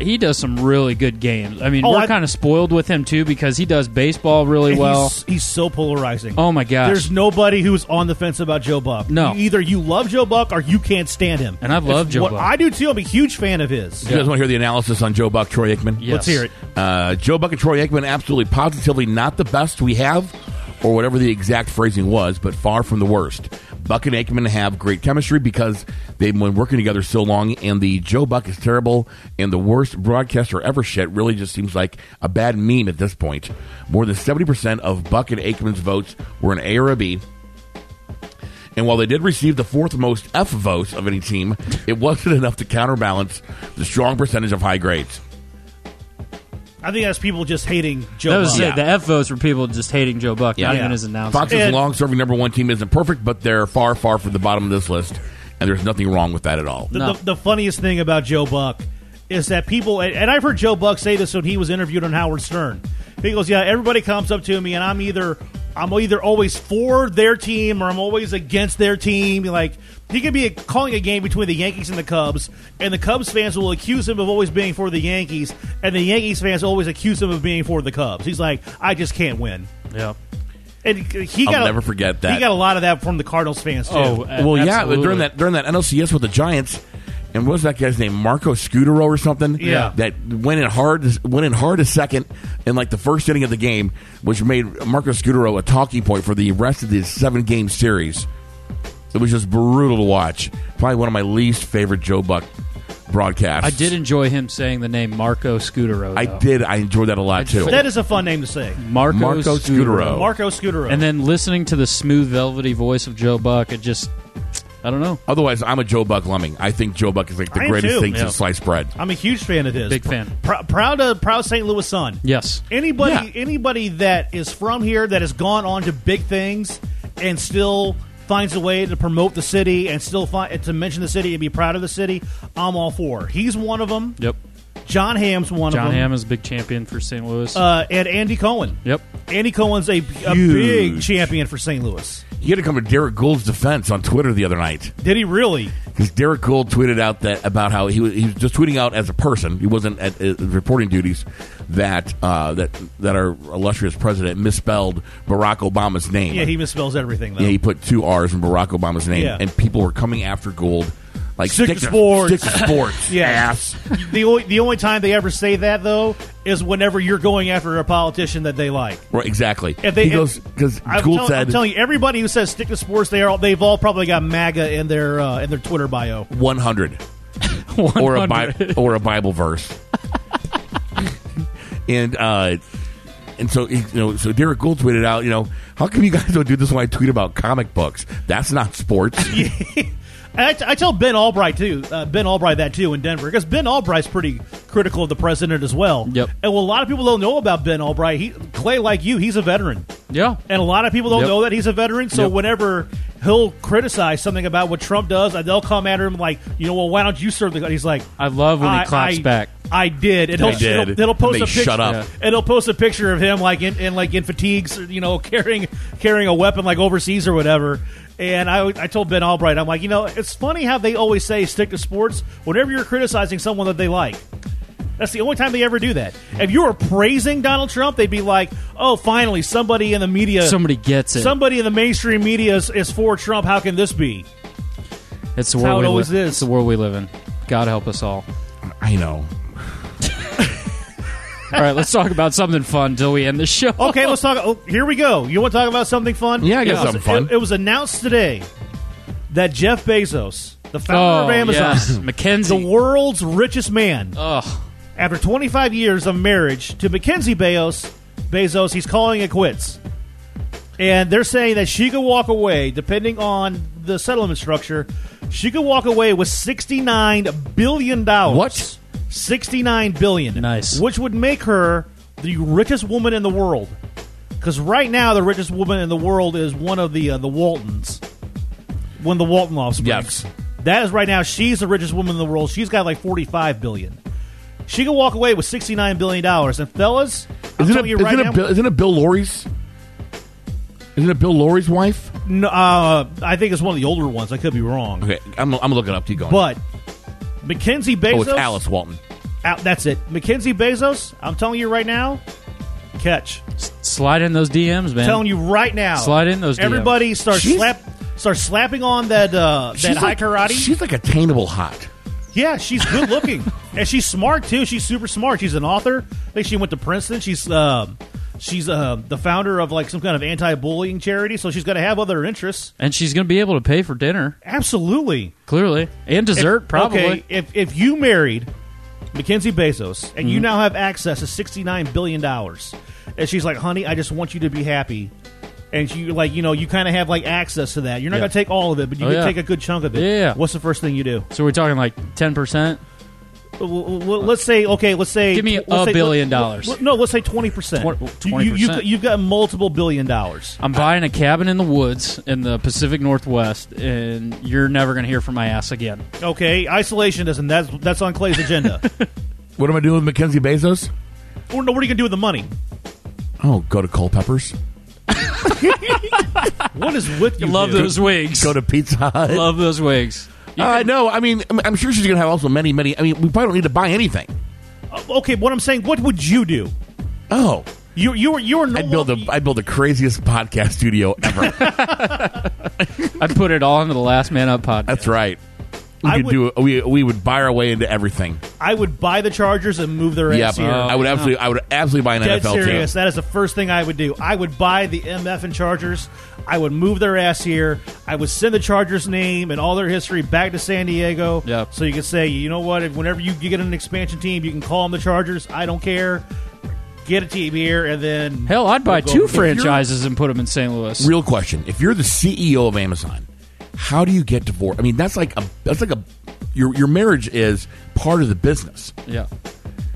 [SPEAKER 3] he does some really good games. I mean,
[SPEAKER 2] Oh,
[SPEAKER 3] we're
[SPEAKER 2] I-
[SPEAKER 3] kind of spoiled with him too because he does baseball really
[SPEAKER 2] And
[SPEAKER 3] well.
[SPEAKER 2] he's, he's so polarizing.
[SPEAKER 3] oh my gosh!
[SPEAKER 2] There's nobody who's on the fence about Joe Buck.
[SPEAKER 3] No.
[SPEAKER 2] You- either you love Joe Buck or you can't stand him.
[SPEAKER 3] And I've
[SPEAKER 2] It's
[SPEAKER 3] loved Joe
[SPEAKER 2] what
[SPEAKER 3] Buck.
[SPEAKER 2] I do too. I'm a huge fan of his.
[SPEAKER 1] You guys want to hear the analysis on Joe Buck, Troy Aikman?
[SPEAKER 3] Yes.
[SPEAKER 2] Let's hear it.
[SPEAKER 1] Uh, Joe Buck and Troy Aikman absolutely positively not the best we have, or whatever the exact phrasing was, but far from the worst. Buck and Aikman have great chemistry because they've been working together so long, and the Joe Buck is terrible and the worst broadcaster ever shit really just seems like a bad meme at this point. More than 70% of Buck and Aikman's votes were an A or a B. And while they did receive the fourth most F votes of any team, it wasn't enough to counterbalance the strong percentage of high grades.
[SPEAKER 2] I think that's people just hating Joe.
[SPEAKER 3] that was
[SPEAKER 2] Buck.
[SPEAKER 3] it. The F votes were people just hating Joe Buck, not
[SPEAKER 2] Yeah.
[SPEAKER 3] even his announcer.
[SPEAKER 1] Fox's
[SPEAKER 2] And-
[SPEAKER 1] long-serving number one team isn't perfect, but they're far, far from the bottom of this list, and there's nothing wrong with that at all.
[SPEAKER 2] The,
[SPEAKER 3] No.
[SPEAKER 2] the, the funniest thing about Joe Buck is that people, and- and I've heard Joe Buck say this when he was interviewed on Howard Stern. He goes, "Yeah, everybody comes up to me, and I'm either I'm either always for their team or I'm always against their team. Like he could be calling a game between the Yankees and the Cubs, and the Cubs fans will accuse him of always being for the Yankees, and the Yankees fans always accuse him of being for the Cubs. He's like, I just can't win."
[SPEAKER 3] Yeah.
[SPEAKER 2] And he
[SPEAKER 1] I'll
[SPEAKER 2] got
[SPEAKER 1] never forget that.
[SPEAKER 2] He got a lot of that from the Cardinals fans too.
[SPEAKER 3] Oh, a-
[SPEAKER 1] well, yeah,
[SPEAKER 3] absolutely.
[SPEAKER 1] but during that during that NLCS with the Giants, and what was that guy's name, Marco Scudero or something?
[SPEAKER 2] Yeah.
[SPEAKER 1] that went in hard went in hard a second in like the first inning of the game, which made Marco Scudero a talking point for the rest of the seven game series. It was just brutal to watch. Probably one of my least favorite Joe Buck broadcasts.
[SPEAKER 3] I did enjoy him saying the name Marco Scudero.
[SPEAKER 1] I
[SPEAKER 3] though.
[SPEAKER 1] did. I enjoyed that a lot too.
[SPEAKER 2] that is a fun name to say.
[SPEAKER 3] Marco,
[SPEAKER 1] Marco Scudero.
[SPEAKER 2] Marco Scudero.
[SPEAKER 3] Oh. And then listening to the smooth, velvety voice of Joe Buck, it just, I don't know.
[SPEAKER 1] Otherwise, I'm a Joe Buck Lemming. I think Joe Buck is like the
[SPEAKER 2] I am
[SPEAKER 1] greatest
[SPEAKER 2] too.
[SPEAKER 1] thing
[SPEAKER 3] Yeah.
[SPEAKER 1] since sliced bread.
[SPEAKER 2] I'm a huge fan of his.
[SPEAKER 3] Big fan.
[SPEAKER 2] Prou- proud of proud St. Louis Sun.
[SPEAKER 3] Yes.
[SPEAKER 2] Anybody
[SPEAKER 1] Yeah.
[SPEAKER 2] anybody that is from here that has gone on to big things and still finds a way to promote the city and still find to mention the city and be proud of the city, I'm all for. He's one of them.
[SPEAKER 3] Yep.
[SPEAKER 2] John Hamm's one of
[SPEAKER 3] John
[SPEAKER 2] them.
[SPEAKER 3] Hamm is a big champion for St. Louis.
[SPEAKER 2] uh, and Andy Cohen.
[SPEAKER 3] yep.
[SPEAKER 2] Andy Cohen's a, a
[SPEAKER 1] Huge.
[SPEAKER 2] big champion for St. Louis.
[SPEAKER 1] He had to come to Derek Gould's defense on Twitter the other night
[SPEAKER 2] Did he really?
[SPEAKER 1] because Derek Gould tweeted out that about how he was, he was just tweeting out as a person. He wasn't at uh, reporting duties that uh, that that our illustrious president misspelled Barack Obama's name.
[SPEAKER 2] Yeah, he misspells everything though.
[SPEAKER 1] Yeah, he put two R's in Barack Obama's name,
[SPEAKER 2] Yeah.
[SPEAKER 1] and people were coming after Gould Like
[SPEAKER 2] Stick to sports.
[SPEAKER 1] stick to sports.
[SPEAKER 2] Yeah.
[SPEAKER 1] ass.
[SPEAKER 2] The only, the only time they ever say that though is whenever you're going after a politician that they like.
[SPEAKER 1] Right, exactly.
[SPEAKER 2] If they-
[SPEAKER 1] he
[SPEAKER 2] if-
[SPEAKER 1] goes because
[SPEAKER 2] I'm,
[SPEAKER 1] Gould
[SPEAKER 2] tell-
[SPEAKER 1] said
[SPEAKER 2] I'm telling you, everybody who says stick to sports, they are all, they've all probably got MAGA in their uh, in their Twitter bio.
[SPEAKER 1] 100 or a Bi- oh. or a Bible verse. and uh and so you know, so Derek Gould tweeted out, you know, how come you guys don't do this when I tweet about comic books? That's not sports.
[SPEAKER 2] And I, t- I tell Ben Albright too, uh, Ben Albright that too in Denver because Ben Albright's pretty critical of the president as well.
[SPEAKER 3] Yep.
[SPEAKER 2] And well, a lot of people don't know about Ben Albright. He Clay, like you, he's a veteran.
[SPEAKER 3] Yeah.
[SPEAKER 2] And a lot of people don't
[SPEAKER 3] Yep.
[SPEAKER 2] know that he's a veteran. So
[SPEAKER 3] Yep.
[SPEAKER 2] whenever he'll criticize something about what Trump does, and they'll come at him like, you know, well, why don't you serve the? country?" He's like,
[SPEAKER 3] I love when he claps
[SPEAKER 2] I-
[SPEAKER 3] back.
[SPEAKER 2] I did. And he'll,
[SPEAKER 1] I did.
[SPEAKER 2] He'll, he'll post
[SPEAKER 1] They
[SPEAKER 2] a picture.
[SPEAKER 1] shut up.
[SPEAKER 3] Yeah.
[SPEAKER 2] And he'll post a picture of him like in, in like in fatigues, or, you know, carrying carrying a weapon like overseas or whatever. And I, I told Ben Albright, I'm like, you know, it's funny how they always say stick to sports whenever you're criticizing someone that they like. That's the only time they ever do that. If you were praising Donald Trump, they'd be like, "Oh, finally, somebody in the media,
[SPEAKER 3] Somebody gets it.
[SPEAKER 2] somebody in the mainstream media is, is for Trump. How can this be?"
[SPEAKER 3] it's the
[SPEAKER 2] how
[SPEAKER 3] world
[SPEAKER 2] it
[SPEAKER 3] we
[SPEAKER 2] always
[SPEAKER 3] live.
[SPEAKER 2] is.
[SPEAKER 3] It's the world we live in. God help us all.
[SPEAKER 1] I know.
[SPEAKER 3] All right, let's talk about something fun till we end the show.
[SPEAKER 2] Okay, let's talk. Oh, here we go. You want to talk about something fun?
[SPEAKER 1] Yeah, I got
[SPEAKER 2] It was-
[SPEAKER 1] something fun.
[SPEAKER 2] It, it was announced today that Jeff Bezos, the founder
[SPEAKER 3] Oh,
[SPEAKER 2] of Amazon,
[SPEAKER 3] yes. Mackenzie.
[SPEAKER 2] the world's richest
[SPEAKER 1] Oh,
[SPEAKER 2] man,
[SPEAKER 3] Ugh.
[SPEAKER 2] after 25 years of marriage to Mackenzie Bezos, Bezos, he's calling it quits. And they're saying that she could walk away, depending on the settlement structure, she could walk away with 69 billion dollars.
[SPEAKER 1] What?
[SPEAKER 2] 69 billion.
[SPEAKER 3] Nice.
[SPEAKER 2] Which would make her the richest woman in the world. Cuz right now the richest woman in the world is one of the uh, the Waltons. One of the Walton offspring.
[SPEAKER 1] Yes.
[SPEAKER 2] That is right now she's the richest woman in the world. She's got like 45 billion. She could walk away with 69 billion dollars and fellas, I'm
[SPEAKER 1] Isn't it,
[SPEAKER 2] telling you
[SPEAKER 1] isn't,
[SPEAKER 2] right
[SPEAKER 1] it
[SPEAKER 2] now,
[SPEAKER 1] Bill, isn't it Bill Laurie's? Isn't it Bill Laurie's wife?
[SPEAKER 2] no, uh, I think it's one of the older ones. I could be wrong.
[SPEAKER 1] Okay, I'm, I'm looking up. Keep going.
[SPEAKER 2] But Mackenzie Bezos.
[SPEAKER 1] oh, it's Alice Walton.
[SPEAKER 2] Al- that's it. Mackenzie Bezos. I'm telling you right now. Catch.
[SPEAKER 3] Slide in those DMs, man.
[SPEAKER 2] telling you right now.
[SPEAKER 3] Slide in those DMs.
[SPEAKER 2] Everybody start
[SPEAKER 1] She's-
[SPEAKER 2] slap. Start slapping on that uh, that high
[SPEAKER 1] like,
[SPEAKER 2] karate.
[SPEAKER 1] She's like attainable hot.
[SPEAKER 2] yeah, she's good looking and she's smart too. She's super smart. She's an author. I think she went to Princeton. She's um, she's uh, the founder of like some kind of anti-bullying charity. So she's got to have other interests.
[SPEAKER 3] and she's going to be able to pay for dinner,
[SPEAKER 2] Absolutely.
[SPEAKER 3] clearly, and
[SPEAKER 2] If-
[SPEAKER 3] dessert, probably.
[SPEAKER 2] Okay, if if you married Mackenzie Bezos and
[SPEAKER 3] Mm-hmm.
[SPEAKER 2] you now have access to sixty nine billion dollars, and she's like, "Honey, I just want you to be happy," and you like, you know, you kind of have like access to that. You're not
[SPEAKER 3] Yeah.
[SPEAKER 2] gonna take all of it, but you
[SPEAKER 3] Oh,
[SPEAKER 2] can
[SPEAKER 3] yeah.
[SPEAKER 2] take a good chunk of it.
[SPEAKER 3] Yeah.
[SPEAKER 2] What's the first thing you do?
[SPEAKER 3] So we're talking like ten percent,
[SPEAKER 2] Well, well, well, let's say okay. Let's say
[SPEAKER 3] Give me
[SPEAKER 2] let's
[SPEAKER 3] a
[SPEAKER 2] say-
[SPEAKER 3] billion
[SPEAKER 2] let-
[SPEAKER 3] dollars.
[SPEAKER 2] let- No, let's say twenty percent.
[SPEAKER 3] Twen-
[SPEAKER 2] You, you,
[SPEAKER 3] 20%.
[SPEAKER 2] you've got multiple billion dollars.
[SPEAKER 3] I'm buying a cabin in the woods in the Pacific Northwest, and you're never going to hear from my ass again.
[SPEAKER 2] Okay, isolationism. That's that's on Clay's agenda.
[SPEAKER 1] What am I doing with Mackenzie Bezos?
[SPEAKER 2] Or no, what are you gonna do with the money?
[SPEAKER 1] Oh, go to Culpepper's.
[SPEAKER 2] What is with you?
[SPEAKER 3] Love
[SPEAKER 2] dude?
[SPEAKER 3] those wigs.
[SPEAKER 1] Go to Pizza Hut.
[SPEAKER 3] Love those wigs. You
[SPEAKER 1] Uh, no, I mean, I'm- I'm sure she's going to have also many, many. I mean, we probably don't need to buy anything.
[SPEAKER 2] Okay, what I'm saying. What would you do?
[SPEAKER 1] Oh,
[SPEAKER 2] You you were you were no
[SPEAKER 1] I'd build a,
[SPEAKER 2] longer-
[SPEAKER 1] I'd build the craziest podcast studio ever.
[SPEAKER 3] could- I'd put it all into the Last Man Up pod.
[SPEAKER 1] That's right. We
[SPEAKER 2] I
[SPEAKER 1] could
[SPEAKER 2] would-
[SPEAKER 1] do. We we would buy our way into everything.
[SPEAKER 2] I would buy the Chargers and move their
[SPEAKER 1] Yeah, uh,
[SPEAKER 2] ass
[SPEAKER 3] Oh,
[SPEAKER 2] here.
[SPEAKER 1] I would absolutely. I would absolutely buy an
[SPEAKER 2] Dead
[SPEAKER 1] NFL
[SPEAKER 2] serious.
[SPEAKER 1] team.
[SPEAKER 2] That is the first thing I would do. I would buy the MF and Chargers. I would move their ass here. I would send the Chargers name and all their history back to San Diego.
[SPEAKER 3] Yep.
[SPEAKER 2] So you can say, you know what? If, whenever you, you get an expansion team, you can call them the Chargers. I don't care. Get a team here, and then
[SPEAKER 3] Hell, I'd
[SPEAKER 2] We'll
[SPEAKER 3] buy
[SPEAKER 2] go
[SPEAKER 3] two
[SPEAKER 2] over here.
[SPEAKER 3] franchises and put them in St. Louis.
[SPEAKER 1] Real question: If you're the CEO of Amazon, how do you get divorced? I mean, that's like a that's like a your your marriage is part of the business.
[SPEAKER 3] Yeah.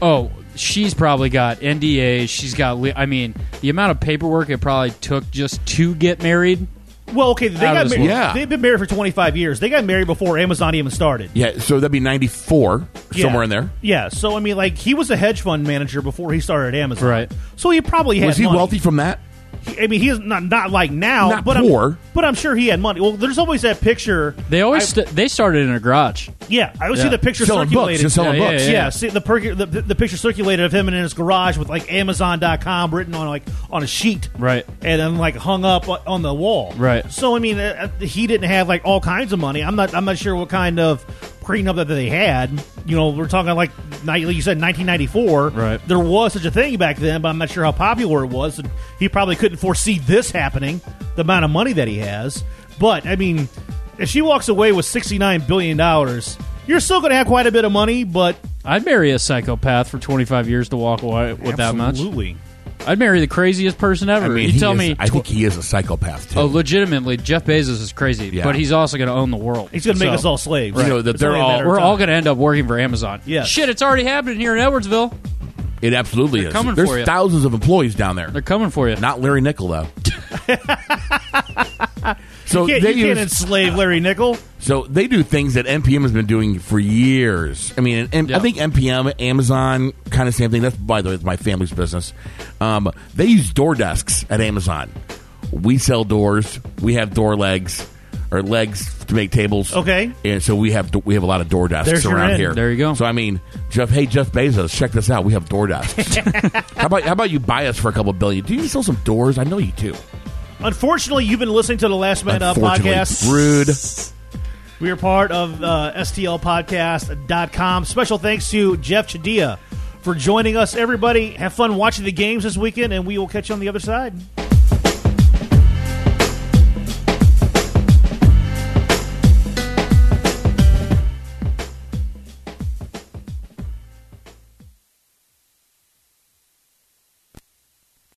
[SPEAKER 3] Oh, she's probably got NDAs. She's got. li- I mean, the amount of paperwork it probably took just to get married.
[SPEAKER 2] well, okay, they
[SPEAKER 3] Out
[SPEAKER 2] got
[SPEAKER 3] of this
[SPEAKER 2] married.
[SPEAKER 1] world. Yeah.
[SPEAKER 2] They've been married for twenty five years. They got married before Amazon even started.
[SPEAKER 1] Yeah, so that'd be ninety four
[SPEAKER 2] Yeah.
[SPEAKER 1] somewhere in there.
[SPEAKER 2] Yeah, so I mean, like he was a hedge fund manager before he started Amazon,
[SPEAKER 3] Right.
[SPEAKER 2] So he probably had
[SPEAKER 1] Was he
[SPEAKER 2] money.
[SPEAKER 1] wealthy from that?
[SPEAKER 2] He- I mean, he is not not like now,
[SPEAKER 1] Not
[SPEAKER 2] but
[SPEAKER 1] poor.
[SPEAKER 2] I'm, but I'm sure he had money. Well, there's always that picture.
[SPEAKER 3] They always st- they started in a garage.
[SPEAKER 2] Yeah, I always
[SPEAKER 3] Yeah.
[SPEAKER 2] see the picture
[SPEAKER 1] Selling books,
[SPEAKER 2] circulated.
[SPEAKER 1] just selling
[SPEAKER 3] Yeah, yeah,
[SPEAKER 1] books.
[SPEAKER 2] yeah, see the, perc- the the picture circulated of him in his garage with like Amazon.com written on like on a sheet,
[SPEAKER 3] Right.
[SPEAKER 2] and then like hung up o- on the wall,
[SPEAKER 3] Right.
[SPEAKER 2] So I mean, uh, uh, he didn't have like all kinds of money. I'm not I'm not sure what kind of prenup that they had. You know, we're talking like ni- like you said, 1994.
[SPEAKER 3] Right.
[SPEAKER 2] There was such a thing back then, but I'm not sure how popular it was. And he probably couldn't foresee this happening, the amount of money that he has. But I mean, if she walks away with 69 billion dollars, you're still going to have quite a bit of money. But
[SPEAKER 3] I'd marry a psychopath for 25 years to walk away with that much.
[SPEAKER 2] absolutely,
[SPEAKER 3] I'd marry the craziest person ever.
[SPEAKER 1] I mean,
[SPEAKER 3] you
[SPEAKER 1] he
[SPEAKER 3] tell
[SPEAKER 1] is-
[SPEAKER 3] me.
[SPEAKER 1] I think he is a psychopath too.
[SPEAKER 3] Oh, legitimately, Jeff Bezos is crazy,
[SPEAKER 1] Yeah.
[SPEAKER 3] but he's also going to own the world.
[SPEAKER 2] he's going to make
[SPEAKER 3] So,
[SPEAKER 2] us all slaves.
[SPEAKER 1] You know, that
[SPEAKER 2] It's
[SPEAKER 1] they're
[SPEAKER 2] only a
[SPEAKER 1] all-
[SPEAKER 2] matter of
[SPEAKER 3] We're all
[SPEAKER 2] time.
[SPEAKER 3] going to end up working for Amazon.
[SPEAKER 2] Yes.
[SPEAKER 3] Shit, it's already happening here in Edwardsville.
[SPEAKER 1] it absolutely is.
[SPEAKER 3] coming
[SPEAKER 1] There's
[SPEAKER 3] for you.
[SPEAKER 1] thousands of employees down there.
[SPEAKER 3] They're coming for you.
[SPEAKER 1] Not Larry Nickel though. so
[SPEAKER 2] You
[SPEAKER 1] they
[SPEAKER 2] can't, you
[SPEAKER 1] use-
[SPEAKER 2] can't enslave Larry Nickel.
[SPEAKER 1] So they do things that NPM has been doing for years. I mean, and
[SPEAKER 3] Yeah.
[SPEAKER 1] I think NPM, Amazon, kind of same thing. That's by the way, it's my family's business. Um, they use door desks at Amazon. We sell doors. We have door legs or legs to make tables.
[SPEAKER 2] Okay.
[SPEAKER 1] and so we have we have a lot of door desks
[SPEAKER 2] There's your
[SPEAKER 1] around
[SPEAKER 2] end.
[SPEAKER 1] here.
[SPEAKER 3] There you go.
[SPEAKER 1] So I mean, Jeff, hey Jeff Bezos, check this out. We have door desks. how about how about you buy us for a couple billion? Do you sell some doors? I know you do.
[SPEAKER 2] Unfortunately, you've been listening to the Last Man Up
[SPEAKER 1] Unfortunately,
[SPEAKER 2] podcast.
[SPEAKER 1] rude.
[SPEAKER 2] We are part of uh, STLpodcast.com. Special thanks to Jeff Chadia for joining us. Everybody, have fun watching the games this weekend, and we will catch you on the other side.